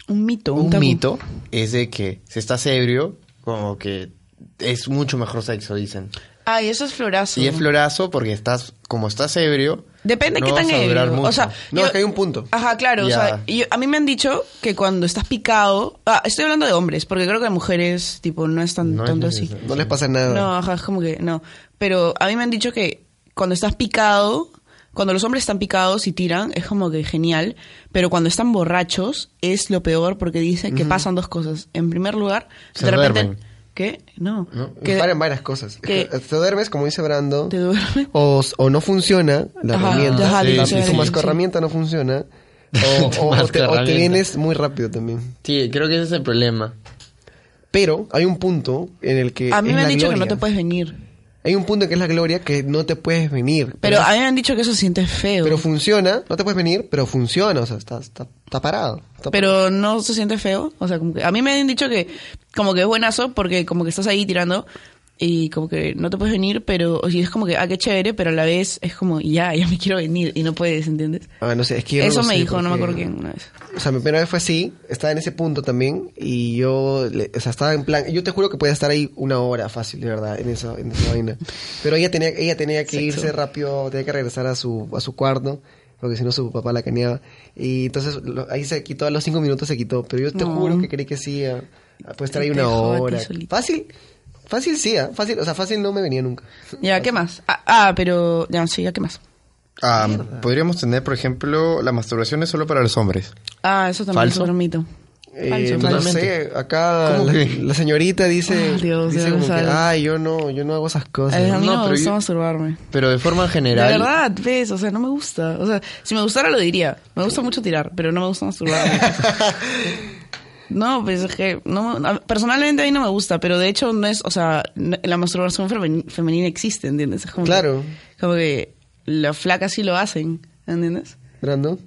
Speaker 2: Un mito.
Speaker 3: un
Speaker 2: tabú.
Speaker 3: mito es de que si estás ebrio, como que es mucho mejor sexo, dicen.
Speaker 2: Ay, eso es florazo.
Speaker 3: Y es florazo porque estás, como estás ebrio,
Speaker 2: Depende
Speaker 3: no
Speaker 2: qué tan
Speaker 3: vas a
Speaker 2: ebrio.
Speaker 3: durar mucho.
Speaker 2: O sea,
Speaker 4: No, es que hay un punto.
Speaker 2: Ajá, claro.
Speaker 3: Ya.
Speaker 2: O sea, yo- a mí me han dicho que cuando estás picado. Ah, estoy hablando de hombres, porque creo que de mujeres, tipo, no es tan
Speaker 3: No es
Speaker 2: tanto así.
Speaker 3: necesario.
Speaker 4: No les pasa nada.
Speaker 2: No, ajá, es como que no. Pero a mí me han dicho que cuando estás picado, cuando los hombres están picados y tiran, es como que genial. Pero cuando están borrachos, es lo peor porque dicen que pasan dos cosas. En primer lugar,
Speaker 3: Se
Speaker 2: de repente.
Speaker 3: duermen.
Speaker 2: ¿Qué? No.
Speaker 4: Que
Speaker 2: Que
Speaker 4: varias, varias cosas. Es
Speaker 2: que-
Speaker 4: que te duermes, como dice Brando.
Speaker 2: te duermen.
Speaker 4: O, o no funciona la
Speaker 2: Ajá,
Speaker 4: herramienta.
Speaker 2: ajá,
Speaker 3: Sí,
Speaker 4: la-
Speaker 3: sí, sí.
Speaker 4: Tu mascarramienta no funciona. O,
Speaker 3: Tu
Speaker 4: o- o te, o te
Speaker 3: mascarramienta.
Speaker 4: vienes muy rápido también.
Speaker 3: Sí, creo que ese es el problema.
Speaker 4: Pero hay un punto en el que.
Speaker 2: A mí
Speaker 4: es
Speaker 2: me han
Speaker 4: la
Speaker 2: dicho que no
Speaker 4: gloria.
Speaker 2: te puedes venir.
Speaker 4: Hay un punto que es la gloria que no te puedes venir.
Speaker 2: Pero a mí me han dicho que eso se siente feo.
Speaker 4: pero
Speaker 2: Pero,
Speaker 4: funciona, no te puedes venir, pero funciona. O sea, está, está, está parado. está-
Speaker 2: no se siente feo. O sea, como que a mí me han dicho que como que es buenazo porque como que estás ahí tirando y como que no te puedes venir, pero y es como que, ah, qué chévere, pero a la vez es como, ya, ya me quiero venir y no puedes, ¿entiendes?
Speaker 4: Ah, no sé, es que yo no
Speaker 2: Eso
Speaker 4: lo
Speaker 2: me
Speaker 4: sé,
Speaker 2: dijo, no me
Speaker 4: porque-
Speaker 2: acuerdo quién una vez.
Speaker 4: O sea, mi primera vez fue así, estaba en ese punto también, y yo, le- o sea, estaba en plan, yo te juro que podía estar ahí una hora fácil, de verdad, en esa, en esa vaina. Pero ella tenía, ella tenía que irse rápido, tenía que regresar a su, a su cuarto, porque si no su papá la caneaba. Y entonces lo- ahí se quitó, a los cinco minutos se quitó, pero yo te
Speaker 2: No.
Speaker 4: juro que creí que sí, ah, ah, puede estar ahí
Speaker 2: Te
Speaker 4: una
Speaker 2: dejó a ti
Speaker 4: hora.
Speaker 2: solito.
Speaker 4: Fácil, fácil sí, ah, fácil, o sea, fácil no me venía nunca.
Speaker 2: Ya, ¿qué más? Ah, ah, pero. Ya, sí, ya, ¿qué más?
Speaker 5: Ah, podríamos tener, por ejemplo, la masturbación es solo para los hombres.
Speaker 2: Ah, eso también
Speaker 3: Falso.
Speaker 2: es un mito.
Speaker 4: Eh,
Speaker 2: Falso.
Speaker 4: no
Speaker 2: Falso.
Speaker 4: sé, acá
Speaker 5: ¿Cómo
Speaker 4: la,
Speaker 5: que?
Speaker 4: la señorita dice,
Speaker 2: Ah, Dios,
Speaker 4: dice
Speaker 2: ya
Speaker 4: como que,
Speaker 2: sabes.
Speaker 4: ay, yo no, yo no hago esas cosas.
Speaker 2: Eh, a mí
Speaker 3: No,
Speaker 2: no, me
Speaker 3: pero
Speaker 2: gusta
Speaker 3: yo-
Speaker 2: masturbarme.
Speaker 3: Pero de forma
Speaker 2: De
Speaker 3: general.
Speaker 2: verdad, ves, o sea, no me gusta. O sea, si me gustara lo diría. Me gusta mucho tirar, pero no me gusta masturbarme. No, pues es que no, a- personalmente a mí no me gusta, pero de hecho no es, o sea, no- la masturbación femen- femenina existe, ¿entiendes? Es como
Speaker 4: Claro.
Speaker 2: Que, como que las flacas sí lo hacen, ¿entiendes?
Speaker 4: Brando.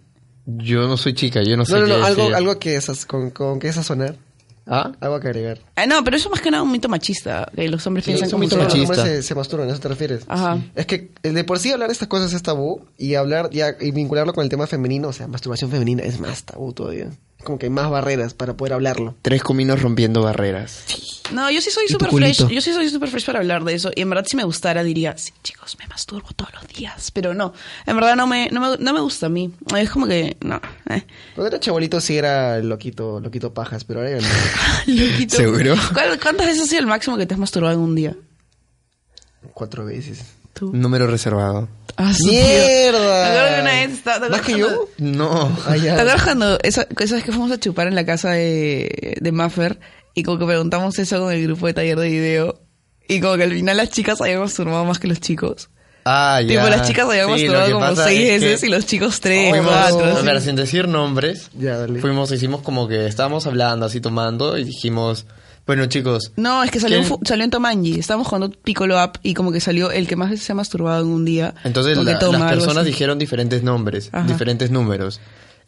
Speaker 3: Yo no soy chica, yo no, sé.
Speaker 4: No, no,
Speaker 3: qué
Speaker 4: no, algo,
Speaker 3: decir.
Speaker 4: algo que esas, con, con que esas sonar,
Speaker 3: ¿Ah?
Speaker 4: algo que agregar.
Speaker 2: Ah, no, pero eso más que nada un mito machista, que los hombres piensan
Speaker 4: Sí,
Speaker 2: como
Speaker 4: como
Speaker 3: mito
Speaker 2: que-
Speaker 4: todos los
Speaker 3: machista.
Speaker 4: hombres Se, se masturban, ¿a eso te refieres?
Speaker 2: Ajá.
Speaker 4: Sí. Es que eh, de por sí hablar de estas cosas es tabú y hablar ya, y vincularlo con el tema femenino, o sea, masturbación femenina es más tabú todavía. Es como que hay más barreras para poder hablarlo.
Speaker 3: Tres cominos rompiendo barreras.
Speaker 2: No, yo sí soy
Speaker 4: tu
Speaker 2: super fresh.
Speaker 4: culito.
Speaker 2: Yo sí soy super fresh para hablar de eso. Y en verdad, si me gustara, diría, sí, chicos, me masturbo todos los días. Pero no, en verdad no me, no me, no me gusta a mí. Es como que, no. eh.
Speaker 4: Cuando era chabolito sí era loquito, loquito pajas, pero ahora ya no.
Speaker 2: Loquito.
Speaker 3: ¿Seguro?
Speaker 2: ¿Cuál- ¿Cuántas veces ha sido el máximo que te has masturbado en un día?
Speaker 4: Cuatro veces.
Speaker 2: Tú.
Speaker 3: Número reservado.
Speaker 2: Ah, su tío. ¿Te acuerdas que una vez estaba- te
Speaker 4: ¿Más
Speaker 2: acuerdas
Speaker 4: que
Speaker 2: cuando-
Speaker 4: yo?
Speaker 3: No.
Speaker 4: Ah,
Speaker 2: ¿Te
Speaker 4: ya.
Speaker 2: acuerdas cuando esa, esa vez que fuimos a chupar en la casa de, de Maffer y como que preguntamos eso con el grupo de taller de video y como que al final las chicas habían masturbado más que los chicos?
Speaker 3: Ah, ya.
Speaker 2: Tipo, las chicas
Speaker 3: Sí,
Speaker 2: habían
Speaker 3: lo
Speaker 2: masturbado
Speaker 3: que
Speaker 2: como
Speaker 3: pasa
Speaker 2: seis
Speaker 3: es que
Speaker 2: veces y los chicos tres,
Speaker 3: fuimos-
Speaker 2: cuatro.
Speaker 3: a
Speaker 2: así.
Speaker 3: ver, sin decir nombres,
Speaker 4: Ya, dale.
Speaker 3: fuimos, hicimos como que estábamos hablando, así tomando, y dijimos, bueno chicos,
Speaker 2: No, es que salió,
Speaker 3: ¿Quién?
Speaker 2: fu- salió en Tomanji. Estábamos jugando Piccolo Up y como que salió el que más veces se ha masturbado en un día.
Speaker 3: entonces
Speaker 2: Como que
Speaker 3: la-
Speaker 2: toma,
Speaker 3: las
Speaker 2: algo
Speaker 3: personas
Speaker 2: así.
Speaker 3: dijeron diferentes nombres,
Speaker 2: Ajá.
Speaker 3: diferentes números,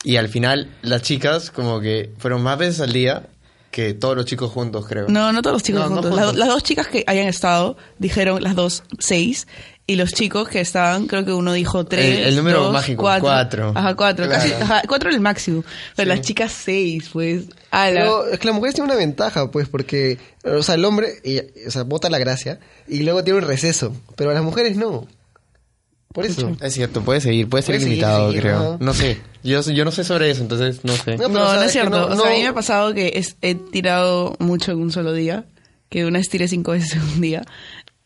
Speaker 3: y al final las chicas como que fueron más veces al día que todos los chicos juntos, creo.
Speaker 2: No, no todos los chicos
Speaker 3: No, no
Speaker 2: juntos.
Speaker 3: juntos.
Speaker 2: Las, do- las dos chicas que hayan estado dijeron las dos seis. Y los chicos que estaban, creo que uno dijo tres.
Speaker 3: El- el número
Speaker 2: dos,
Speaker 3: mágico,
Speaker 2: cuatro.
Speaker 3: cuatro.
Speaker 2: Ajá, cuatro.
Speaker 3: Claro.
Speaker 2: Casi, ajá, cuatro era el máximo. Pero las chicas seis, pues. A la-
Speaker 4: Pero es que las mujeres tienen una ventaja, pues, porque, o sea, el hombre, y- o sea, bota la gracia y luego tiene un receso, pero a las mujeres no. Por eso.
Speaker 3: Es cierto, puede seguir, puede ser
Speaker 4: Puede seguir,
Speaker 3: limitado,
Speaker 4: seguir,
Speaker 3: creo.
Speaker 4: ajá.
Speaker 3: No sé, yo, yo no sé sobre eso, entonces no sé.
Speaker 4: No,
Speaker 2: No,
Speaker 4: pero, o
Speaker 2: no
Speaker 4: sea,
Speaker 2: es
Speaker 4: es que
Speaker 2: cierto.
Speaker 4: no-
Speaker 2: O sea, a mí
Speaker 4: no-
Speaker 2: me ha pasado que es- he tirado mucho en un solo día, que una vez tiré cinco veces en un día.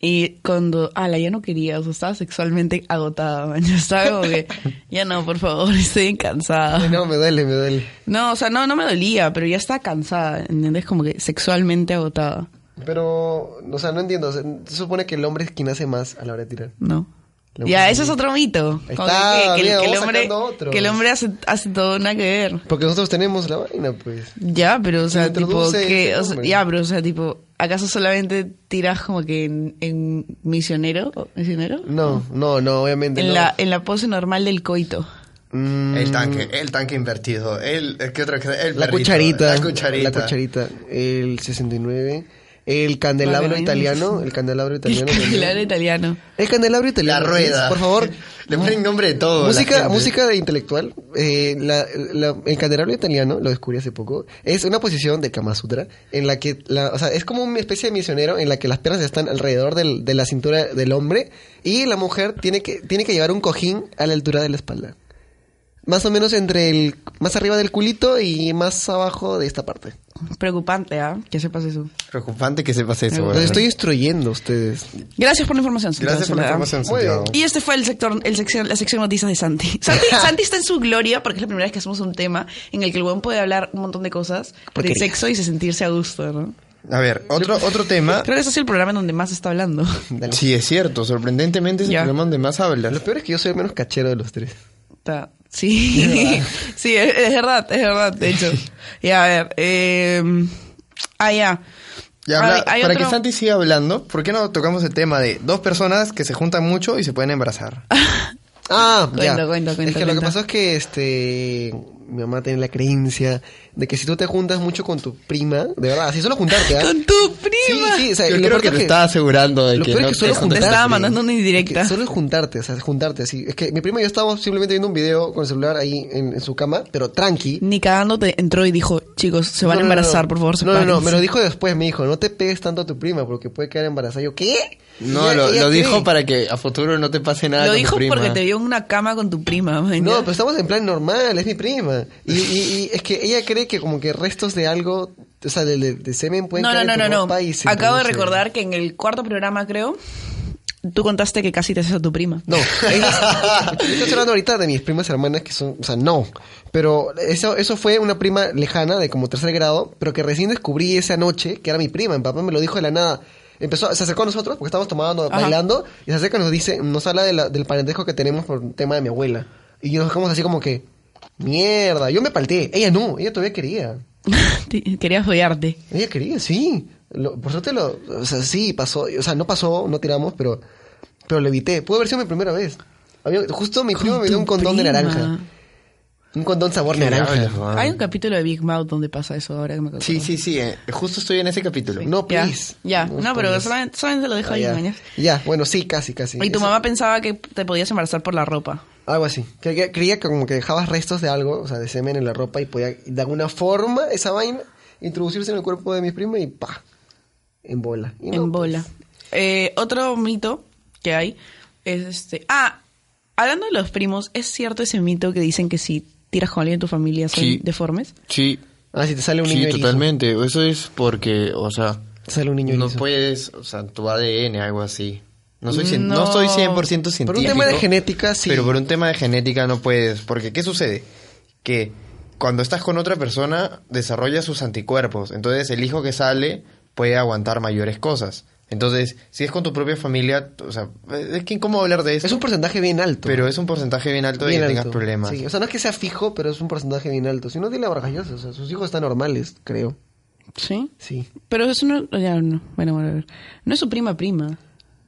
Speaker 2: Y cuando, ala, ya no quería, o sea, estaba sexualmente agotada, man. Ya estaba como que, ya no, por favor, estoy bien cansada.
Speaker 4: Ay, No, me duele, me duele.
Speaker 2: No, o sea, no, no me dolía, pero ya estaba cansada, ¿entendés? Como que sexualmente agotada,
Speaker 4: Pero, o sea, no entiendo. o sea, Se supone que el hombre es quien hace más a la hora de tirar.
Speaker 2: ¿no?
Speaker 4: Lo
Speaker 2: Ya,
Speaker 4: bueno.
Speaker 2: eso es otro mito.
Speaker 4: Ahí
Speaker 2: Como que- que,
Speaker 4: está,
Speaker 2: que- que
Speaker 4: mira,
Speaker 2: el
Speaker 4: vamos
Speaker 2: hombre,
Speaker 4: sacando otro.
Speaker 2: que el hombre hace, hace todo nada que ver.
Speaker 4: Porque nosotros tenemos la vaina, pues.
Speaker 2: Ya, pero o sea, tipo,
Speaker 4: introduce
Speaker 2: que,
Speaker 4: ese
Speaker 2: o sea,
Speaker 4: nombre.
Speaker 2: ya, pero o sea, tipo, ¿acaso solamente tiras como que en, en misionero? ¿O ¿Misionero?
Speaker 4: No, no, no, obviamente
Speaker 2: En
Speaker 4: no.
Speaker 2: la, en la pose normal del coito.
Speaker 4: Mm,
Speaker 3: El tanque, el tanque invertido, el, eh, ¿qué otra cosa? El
Speaker 4: la
Speaker 3: perrito,
Speaker 4: cucharita.
Speaker 3: La cucharita.
Speaker 4: La cucharita. El 69. El candelabro
Speaker 2: Madre mía.
Speaker 4: italiano. El candelabro
Speaker 2: El
Speaker 4: italiano. también.
Speaker 2: candelabro italiano.
Speaker 4: El candelabro italiano.
Speaker 3: La rueda.
Speaker 4: Por favor.
Speaker 3: Le ponen nombre de todo. la
Speaker 4: Música,
Speaker 3: gente.
Speaker 4: música de intelectual. Eh, la- la- el candelabro italiano, lo descubrí hace poco, es una posición de Kama Sutra en la que, la- o sea, es como una especie de misionero en la que las piernas están alrededor del- de la cintura del hombre y la mujer tiene que, tiene que llevar un cojín a la altura de la espalda. Más o menos entre el, más arriba del culito y más abajo de esta parte.
Speaker 2: Preocupante, ¿ah? Que sepas eso.
Speaker 3: Preocupante que sepas eso,
Speaker 4: Los
Speaker 3: weón.
Speaker 4: estoy instruyendo a ustedes.
Speaker 2: Gracias por la información.
Speaker 5: Gracias por la
Speaker 2: Santiago.
Speaker 5: información,
Speaker 4: Muy bien.
Speaker 5: Santiago.
Speaker 2: Y este fue el sector, el sección, la sección noticias de Santi. Santi. Santi está en su gloria porque es la primera vez que hacemos un tema en el que el buen puede hablar un montón de cosas de
Speaker 4: Porquerías.
Speaker 2: sexo y se sentirse a gusto, ¿no?
Speaker 5: A ver, otro, otro
Speaker 4: Ah.
Speaker 5: tema.
Speaker 2: Creo que ese ha sido el programa en donde más está hablando.
Speaker 4: Dale.
Speaker 5: Sí, es cierto. Sorprendentemente es el
Speaker 2: Ya.
Speaker 5: programa donde más hablas.
Speaker 4: Lo peor es que yo soy el menos cachero de los tres.
Speaker 2: Ta- Sí, sí, es, es verdad, es verdad, de hecho. Ya, a ver, eh, ah, ya.
Speaker 5: Ya habla-
Speaker 2: Hay- hay
Speaker 5: para
Speaker 2: otro-
Speaker 5: que Santi siga hablando, ¿por qué no tocamos el tema de dos personas que se juntan mucho y se pueden embarazar?
Speaker 4: Ah,
Speaker 2: Cuenta,
Speaker 4: ya.
Speaker 2: cuenta, cuenta,
Speaker 4: Es que lo
Speaker 2: cuenta.
Speaker 4: que pasó es que este mi mamá tenía la creencia de que si tú te juntas mucho con tu prima, de verdad, así solo juntarte, ¿ah?
Speaker 2: ¡Con tu
Speaker 4: Sí,
Speaker 2: prima!
Speaker 4: sí, o sea,
Speaker 3: Yo
Speaker 4: y lo
Speaker 3: creo
Speaker 4: peor
Speaker 3: que
Speaker 4: es
Speaker 3: te estaba asegurando de
Speaker 4: lo
Speaker 3: que
Speaker 4: peor
Speaker 3: no
Speaker 4: es que solo
Speaker 3: te
Speaker 2: Te
Speaker 4: juntarte.
Speaker 2: estaba mandando una indirecta.
Speaker 4: que Solo es juntarte, o sea, juntarte así. Es que mi prima y yo estábamos simplemente viendo un video con el celular ahí en, en su cama, pero tranqui.
Speaker 2: Ni cagándote entró y dijo, chicos, se van
Speaker 4: No,
Speaker 2: a
Speaker 4: no, no,
Speaker 2: embarazar,
Speaker 4: no.
Speaker 2: por favor,
Speaker 4: No, no, no,
Speaker 2: sepárense".
Speaker 4: me lo dijo después, me dijo, no te pegues tanto a tu prima porque puede quedar embarazada. Yo, ¿qué?
Speaker 3: No,
Speaker 4: Ella-
Speaker 3: lo,
Speaker 4: ella
Speaker 3: lo
Speaker 4: cree.
Speaker 3: dijo para que a futuro no te pase nada.
Speaker 2: Lo
Speaker 3: con tu
Speaker 2: dijo
Speaker 3: prima.
Speaker 2: porque te vio en una cama con tu prima, man,
Speaker 4: No, pues,
Speaker 2: ya.
Speaker 4: pero estamos en plan normal, es mi prima. Y, y- y es que ella cree que como que restos de algo, o sea, de, de- de semen pueden
Speaker 2: No, no,
Speaker 4: caer
Speaker 2: no,
Speaker 4: en
Speaker 2: no,
Speaker 4: tu
Speaker 2: no.
Speaker 4: ropa y se
Speaker 2: Acabo de
Speaker 4: produce-
Speaker 2: recordar que en el cuarto programa, creo, tú contaste que casi te haces a tu prima.
Speaker 4: No, esas- estoy hablando ahorita de mis primas hermanas que son, o sea, no. Pero eso, eso fue una prima lejana de como tercer grado, pero que recién descubrí esa noche que era mi prima. Mi papá me lo dijo de la nada. Empezó, se acercó a nosotros porque estábamos tomando,
Speaker 2: Ajá.
Speaker 4: bailando, y se acerca y nos dice, nos habla de la- del parentesco que tenemos por un tema de mi abuela. Y nos dejamos así como que, mierda, yo me palteé. Ella no, ella todavía quería.
Speaker 2: Te- Querías follarte.
Speaker 4: Ella quería, sí. Lo- por suerte lo, o sea, sí pasó, o sea, no pasó, no tiramos, pero, pero lo evité. Pudo haber sido mi primera vez. Había- justo mi primo me dio un condón de naranja. Un condón sabor
Speaker 3: Qué
Speaker 4: naranja.
Speaker 3: diablos, man.
Speaker 2: Hay un capítulo de Big Mouth donde pasa eso ahora que me acuerdo.
Speaker 3: Sí, sí, sí. eh, Justo estoy en ese capítulo.
Speaker 4: No,
Speaker 2: Ya,
Speaker 4: please.
Speaker 2: ya. No, pero solamente, solamente lo dejo
Speaker 4: Ah,
Speaker 2: ahí,
Speaker 4: ya.
Speaker 2: mañana.
Speaker 4: Ya, bueno, sí, casi, casi.
Speaker 2: Y tu
Speaker 4: Eso-
Speaker 2: mamá pensaba que te podías embarazar por la ropa.
Speaker 4: Algo así. Cre- cre- Creía que como que dejabas restos de algo, o sea, de semen en la ropa y podía de alguna forma esa vaina introducirse en el cuerpo de mi prima y pa. En bola. Y no, pues.
Speaker 2: en bola. Eh, otro mito que hay es este. Ah, hablando de los primos, ¿es cierto ese mito que dicen que si tiras con alguien de tu familia son
Speaker 3: Sí.
Speaker 2: deformes?
Speaker 3: Sí,
Speaker 4: Ah, si te sale un
Speaker 3: sí,
Speaker 4: niño erizo.
Speaker 3: totalmente. Eso es porque, o sea,
Speaker 4: Te sale un niño
Speaker 3: no
Speaker 4: erizo.
Speaker 3: puedes, o sea, tu ADN, algo así. No soy, cien-
Speaker 2: No.
Speaker 3: no. soy 100% científico.
Speaker 4: Por un tema de genética, sí.
Speaker 3: Pero por un tema de genética no puedes. Porque, ¿qué sucede? Que cuando estás con otra persona, desarrolla sus anticuerpos. Entonces, el hijo que sale puede aguantar mayores cosas. Entonces, si es con tu propia familia, o sea, es que incómodo hablar de eso.
Speaker 4: Es un porcentaje bien alto.
Speaker 3: pero es un porcentaje bien alto de
Speaker 4: bien
Speaker 3: que
Speaker 4: alto.
Speaker 3: tengas problemas.
Speaker 4: Sí, o sea, no es que sea fijo, pero es un porcentaje bien alto. Si no, dile a Vargas, o sea, sus hijos están normales, creo.
Speaker 2: Sí.
Speaker 4: Sí,
Speaker 2: Pero eso no. Ya, no. Bueno, bueno, a ver. No es su prima prima.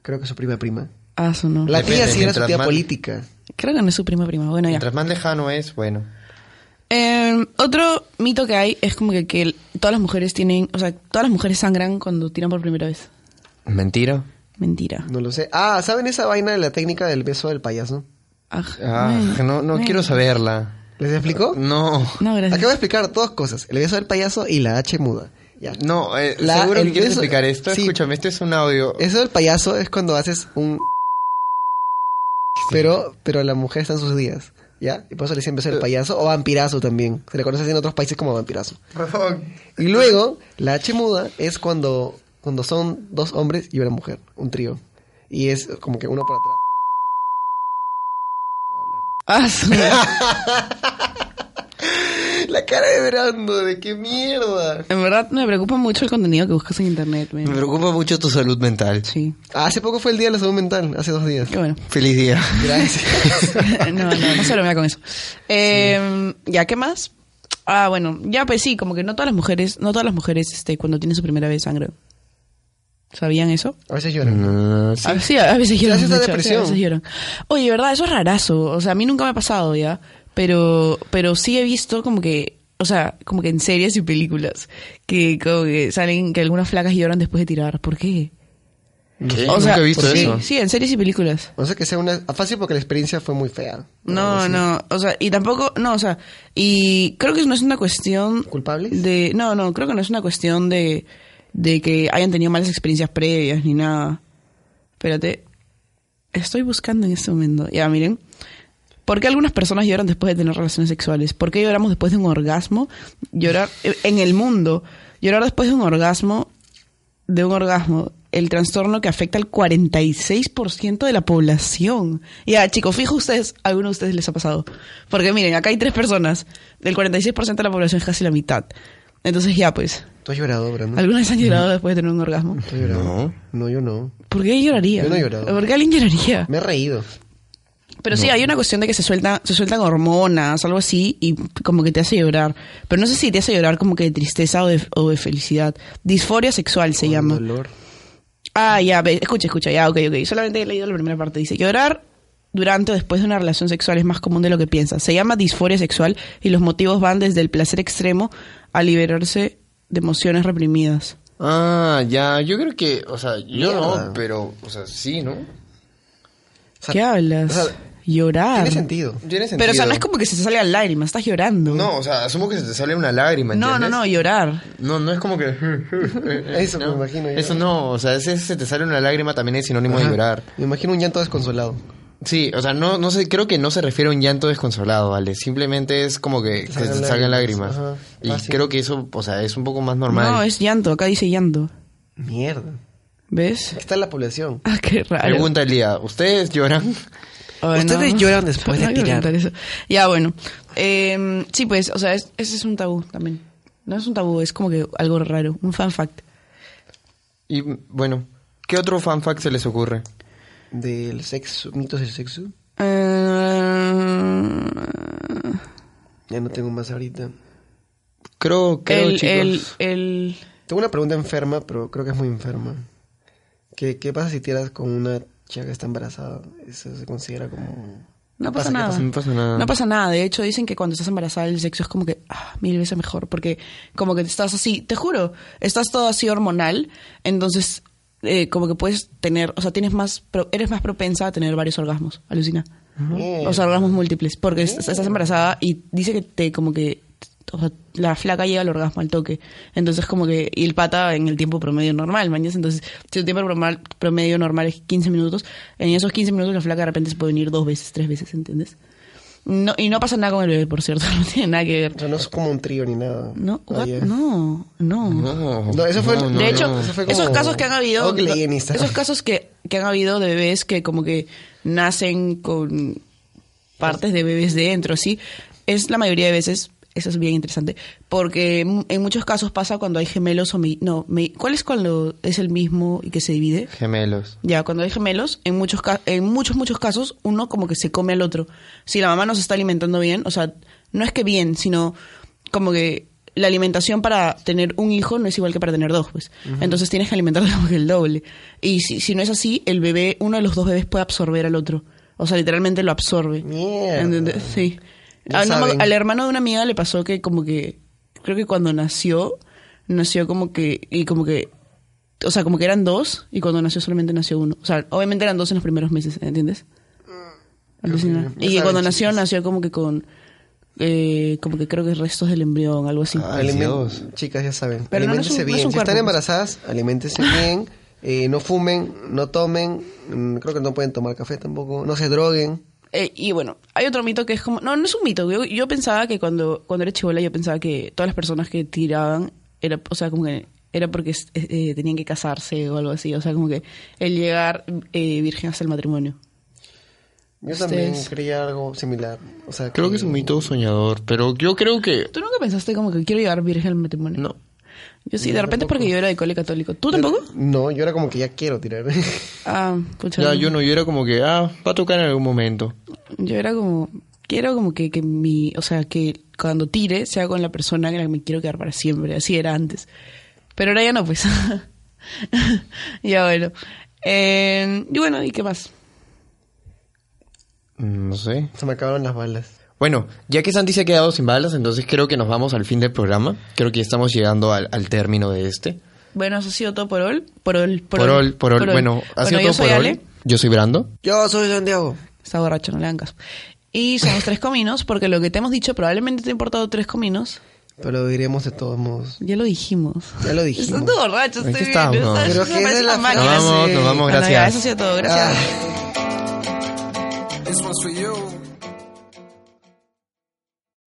Speaker 4: creo que su prima prima.
Speaker 2: Ah, eso no.
Speaker 4: La
Speaker 3: Depende,
Speaker 4: tía sí era su
Speaker 3: mientras
Speaker 4: tía
Speaker 3: más-
Speaker 4: política.
Speaker 2: Creo que no es su prima prima. Bueno, ya.
Speaker 3: Mientras más lejano es, bueno.
Speaker 2: Eh, otro mito que hay es como que, que el- todas las mujeres tienen. O sea, todas las mujeres sangran cuando tiran por primera vez.
Speaker 3: Mentira.
Speaker 2: Mentira.
Speaker 4: No lo sé. Ah, ¿saben esa vaina de la técnica del beso del payaso?
Speaker 2: Aj,
Speaker 3: Ah,
Speaker 2: bueno,
Speaker 3: no, no
Speaker 2: bueno.
Speaker 3: quiero saberla.
Speaker 4: ¿Les explico?
Speaker 3: No.
Speaker 2: No, gracias.
Speaker 4: Acabo de explicar dos cosas. El beso del payaso y la H muda. Ya.
Speaker 3: No, eh,
Speaker 4: La-
Speaker 3: seguro
Speaker 4: el
Speaker 3: que quieres
Speaker 4: beso-
Speaker 3: explicar esto.
Speaker 4: sí.
Speaker 3: Escúchame, este es un audio.
Speaker 4: Eso del payaso es cuando haces un... Pero, pero la mujer está en sus días. ¿Ya? Y por eso le dicen beso
Speaker 3: Eh.
Speaker 4: del payaso o vampirazo también. Se le conoce así en otros países como vampirazo.
Speaker 3: Por favor.
Speaker 4: Y luego, la H muda es cuando, cuando son dos hombres y una mujer, un trío. Y es como que uno por atrás.
Speaker 2: Ah, su-
Speaker 4: La cara de Brando, de qué mierda.
Speaker 2: En verdad me preocupa mucho el contenido que buscas en internet. men.
Speaker 3: Me preocupa mucho tu salud mental.
Speaker 2: Sí,
Speaker 4: Ah, Hace poco fue el día de la salud mental, hace dos días.
Speaker 2: qué bueno. Eh,
Speaker 3: Feliz día.
Speaker 4: Gracias.
Speaker 2: no, no, no se bromea con eso. Eh, ¿Ya qué más? Ah, bueno, ya pues sí, como que no todas las mujeres, no todas las mujeres este, cuando tienen su primera vez sangre. ¿Sabían eso?
Speaker 4: A veces lloran.
Speaker 2: A- Sí, a, a veces lloran.
Speaker 4: hace
Speaker 2: de hecho, sí,
Speaker 4: esa
Speaker 2: a
Speaker 4: depresión.
Speaker 2: veces lloran. Oye, ¿verdad? Eso es rarazo. O sea, a mí nunca me ha pasado ya. Pero, pero sí he visto como que, o sea, como que en series y películas que como que salen que algunas flacas lloran después de tirar. ¿Por qué?
Speaker 3: ¿Qué?
Speaker 2: O sea,
Speaker 3: Nunca he visto
Speaker 2: sí,
Speaker 3: eso.
Speaker 2: Sí, en series y películas.
Speaker 4: No sé que sea una... Fácil porque la experiencia fue muy fea.
Speaker 2: No, no, o sea, y tampoco, no, o sea, y creo que no es una cuestión...
Speaker 4: ¿Culpables?
Speaker 2: De, no, no, creo que no es una cuestión de, de que hayan tenido malas experiencias previas ni nada. Espérate, estoy buscando en este momento. Ya, miren. ¿Por qué algunas personas lloran después de tener relaciones sexuales? ¿Por qué lloramos después de un orgasmo? Llorar eh, en el mundo, llorar después de un orgasmo, de un orgasmo, el trastorno que afecta al 46% de la población. Ya, chicos, fijo ustedes, a alguno de ustedes les ha pasado. Porque miren, acá hay tres personas, del 46% de la población es casi la mitad. Entonces ya, pues,
Speaker 4: Tú has llorado, Brando.
Speaker 2: ¿alguna vez han llorado después de tener un orgasmo?
Speaker 4: ¿Tú has llorado?
Speaker 3: No.
Speaker 4: No, yo no.
Speaker 2: ¿Por qué lloraría?
Speaker 4: Yo no he llorado.
Speaker 2: ¿Por qué alguien lloraría?
Speaker 4: Me he reído.
Speaker 2: Pero sí, hay una cuestión de que se sueltan, se sueltan hormonas, algo así, y como que te hace llorar. Pero no sé si te hace llorar como que de tristeza o de, o de felicidad. Disforia sexual se
Speaker 4: Con
Speaker 2: llama.
Speaker 4: dolor.
Speaker 2: Ah, ya, ve, escucha, escucha, ya, ok, ok. Solamente he leído la primera parte. Dice, llorar durante o después de una relación sexual es más común de lo que piensas. Se llama disforia sexual y los motivos van desde el placer extremo a liberarse de emociones reprimidas.
Speaker 3: Ah, ya, yo creo que, o sea, yo
Speaker 4: Mierda.
Speaker 3: no, pero, o sea, sí, ¿no?
Speaker 4: sea,
Speaker 2: ¿Qué hablas?
Speaker 4: o sea,
Speaker 2: Llorar.
Speaker 4: Tiene sentido.
Speaker 3: Tiene sentido.
Speaker 2: Pero o sea, no es como que se te salgan lágrimas, estás llorando.
Speaker 3: No, o sea, asumo que se te sale una lágrima,
Speaker 2: no, no,
Speaker 3: ¿entiendes?
Speaker 2: no, llorar.
Speaker 3: No, no es como que...
Speaker 4: Eso me imagino yo.
Speaker 3: Eso no, o sea, ese se te sale una lágrima también es sinónimo de
Speaker 4: Ajá.
Speaker 3: llorar.
Speaker 4: Me imagino un llanto desconsolado.
Speaker 3: Sí, o sea, no, no sé, creo que no se refiere a un llanto desconsolado, ¿vale? Simplemente es como que, que
Speaker 4: salgan
Speaker 3: se te salgan
Speaker 4: lágrimas,
Speaker 3: lágrimas.
Speaker 4: ajá.
Speaker 3: Y
Speaker 4: Fácil.
Speaker 3: creo que eso, o sea, es un poco más normal.
Speaker 2: No, es llanto, acá dice llanto.
Speaker 4: Mierda.
Speaker 2: ¿Ves?
Speaker 4: Aquí está la población.
Speaker 2: Ah, qué raro.
Speaker 3: Pregunta del día, ¿ustedes lloran?
Speaker 2: Ay,
Speaker 4: Ustedes lloran después de
Speaker 2: No quiero
Speaker 4: tirar.
Speaker 2: preguntar eso. Ya, bueno. Eh, sí, pues, o sea, es- ese es un tabú también. No es un tabú, es como que algo raro, un fan fact.
Speaker 3: Y bueno, ¿qué otro fanfact se les ocurre?
Speaker 4: Del sexo, mitos del sexo.
Speaker 2: Eh,
Speaker 4: Ya no tengo más ahorita.
Speaker 3: Creo, creo,
Speaker 2: el,
Speaker 3: chicos.
Speaker 2: el, el-
Speaker 4: Tengo una pregunta enferma, pero creo que es muy enferma. ¿Qué, qué pasa si tiras con una chica que está embarazada? Eso se considera como...
Speaker 2: No
Speaker 4: ¿Qué
Speaker 2: pasa,
Speaker 4: qué
Speaker 2: nada.
Speaker 3: No pasa nada.
Speaker 2: No pasa nada. De hecho, dicen que cuando estás embarazada el sexo es como que ah, mil veces mejor. Porque como que estás así, te juro, estás todo así hormonal. Entonces, eh, como que puedes tener, o sea, tienes más, pro- eres más propensa a tener varios orgasmos. Alucina.
Speaker 4: Mierda.
Speaker 2: O sea, orgasmos múltiples. Porque es- estás embarazada y dice que te como que... o sea, la flaca llega al orgasmo al toque. Entonces, como que... Y el pata en el tiempo promedio normal, mañas. Entonces, si el tiempo promal- promedio normal es 15 minutos, en esos 15 minutos la flaca de repente se puede venir dos veces, tres veces, ¿entiendes? No, y no pasa nada con el bebé, por cierto. No tiene nada que
Speaker 4: O
Speaker 2: ver.
Speaker 4: sea, no es como un trío ni nada.
Speaker 2: No,
Speaker 4: Ah,
Speaker 2: what?
Speaker 4: ya.
Speaker 2: no, no.
Speaker 3: No,
Speaker 4: No, eso fue-
Speaker 3: no, no,
Speaker 2: De hecho,
Speaker 3: no.
Speaker 4: eso fue como
Speaker 2: esos casos que han habido,
Speaker 4: algo que leí en Instagram.
Speaker 2: esos casos que, que han habido de bebés que como que nacen con partes de bebés dentro, sí, es la mayoría de veces, eso es bien interesante, porque mu- en muchos casos pasa cuando hay gemelos o mi- no, mi- ¿cuál es cuando es el mismo y que se divide?
Speaker 3: Gemelos.
Speaker 2: Ya, cuando hay gemelos, en muchos, ca- en muchos, muchos casos, uno como que se come al otro. Si la mamá no se está alimentando bien, o sea, no es que bien, sino como que la alimentación para tener un hijo no es igual que para tener dos, pues. Entonces tienes que alimentarlo como que el doble. Y si, si no es así, el bebé, uno de los dos bebés puede absorber al otro. O sea, literalmente lo absorbe.
Speaker 4: Mierda.
Speaker 2: ¿Entendés? Sí.
Speaker 4: Ya
Speaker 2: Ah, no me acuerdo-
Speaker 4: saben.
Speaker 2: al hermano de una amiga le pasó que como que, creo que cuando nació, nació como que, y como que o sea, como que eran dos y cuando nació solamente nació uno. O sea, obviamente eran dos en los primeros meses, ¿entiendes?
Speaker 3: Mm.
Speaker 2: Alucina.
Speaker 4: horrible. Ya
Speaker 2: Y que
Speaker 4: saben,
Speaker 2: cuando nació,
Speaker 4: chicos.
Speaker 2: nació como que con... eh, como que creo que restos del embrión, algo así.
Speaker 3: Ah,
Speaker 4: Alimen-
Speaker 3: Dios.
Speaker 4: Chicas, ya saben.
Speaker 2: Pero no, no es
Speaker 4: aliméntense
Speaker 2: un- no
Speaker 4: bien.
Speaker 2: es un
Speaker 4: si están
Speaker 2: cuerpo.
Speaker 4: embarazadas, aliméntense bien. eh, no fumen, no tomen. mm, creo que no pueden tomar café tampoco. No se droguen.
Speaker 2: Eh, y bueno, hay otro mito que es como... No, no es un mito. Yo, yo pensaba que cuando, cuando era chivola, yo pensaba que todas las personas que tiraban, era, o sea, como que era porque eh, eh, tenían que casarse o algo así. O sea, como que el llegar eh, virgen hasta el matrimonio.
Speaker 4: Yo también
Speaker 2: Ustedes.
Speaker 4: creía algo similar. O sea,
Speaker 3: Creo que es un mito soñador, pero yo creo que...
Speaker 2: ¿Tú nunca pensaste como que quiero llegar virgen al matrimonio?
Speaker 3: No.
Speaker 2: Yo sí, de repente porque yo era de cole católico. ¿Tú tampoco?
Speaker 4: No, yo era como que ya quiero tirar.
Speaker 2: Ah, pucha.
Speaker 3: Ya, yo no, yo era como que, ah, va a tocar en algún momento.
Speaker 2: Yo era como, quiero como que, que mi, o sea, que cuando tire sea con la persona en la que me quiero quedar para siempre. Así era antes. Pero ahora ya no, pues. ya bueno. Eh, y bueno, ¿y qué más?
Speaker 3: Mm, No sé.
Speaker 4: se me acabaron las balas.
Speaker 3: Bueno, ya que Santi se ha quedado sin balas, entonces creo que nos vamos al fin del programa. Creo que ya estamos llegando al, al término de este.
Speaker 2: Bueno, eso ha sido todo por hoy. Por hoy.
Speaker 3: Por hoy, por hoy. Bueno, ha sido
Speaker 2: yo
Speaker 3: todo
Speaker 2: soy
Speaker 3: por hoy.
Speaker 2: Ale.
Speaker 3: Yo soy Brando.
Speaker 4: Yo soy Santiago.
Speaker 2: Está borracho, no le hagan caso. Y somos tres cominos, porque lo que te hemos dicho probablemente te ha importado tres cominos.
Speaker 4: Pero lo diremos de todos modos.
Speaker 2: Ya lo dijimos.
Speaker 4: Ya lo dijimos.
Speaker 2: Estás todo borracho,
Speaker 3: Aquí
Speaker 2: estoy bien.
Speaker 3: estamos.
Speaker 2: estás-
Speaker 4: Pero
Speaker 2: eso
Speaker 4: que es
Speaker 2: parece
Speaker 4: de la
Speaker 2: una máquina.
Speaker 3: Nos vamos, nos vamos,
Speaker 2: Bueno, ya,
Speaker 3: gracias.
Speaker 2: eso ha sido todo. Gracias.
Speaker 4: Ah.
Speaker 1: This one's for you.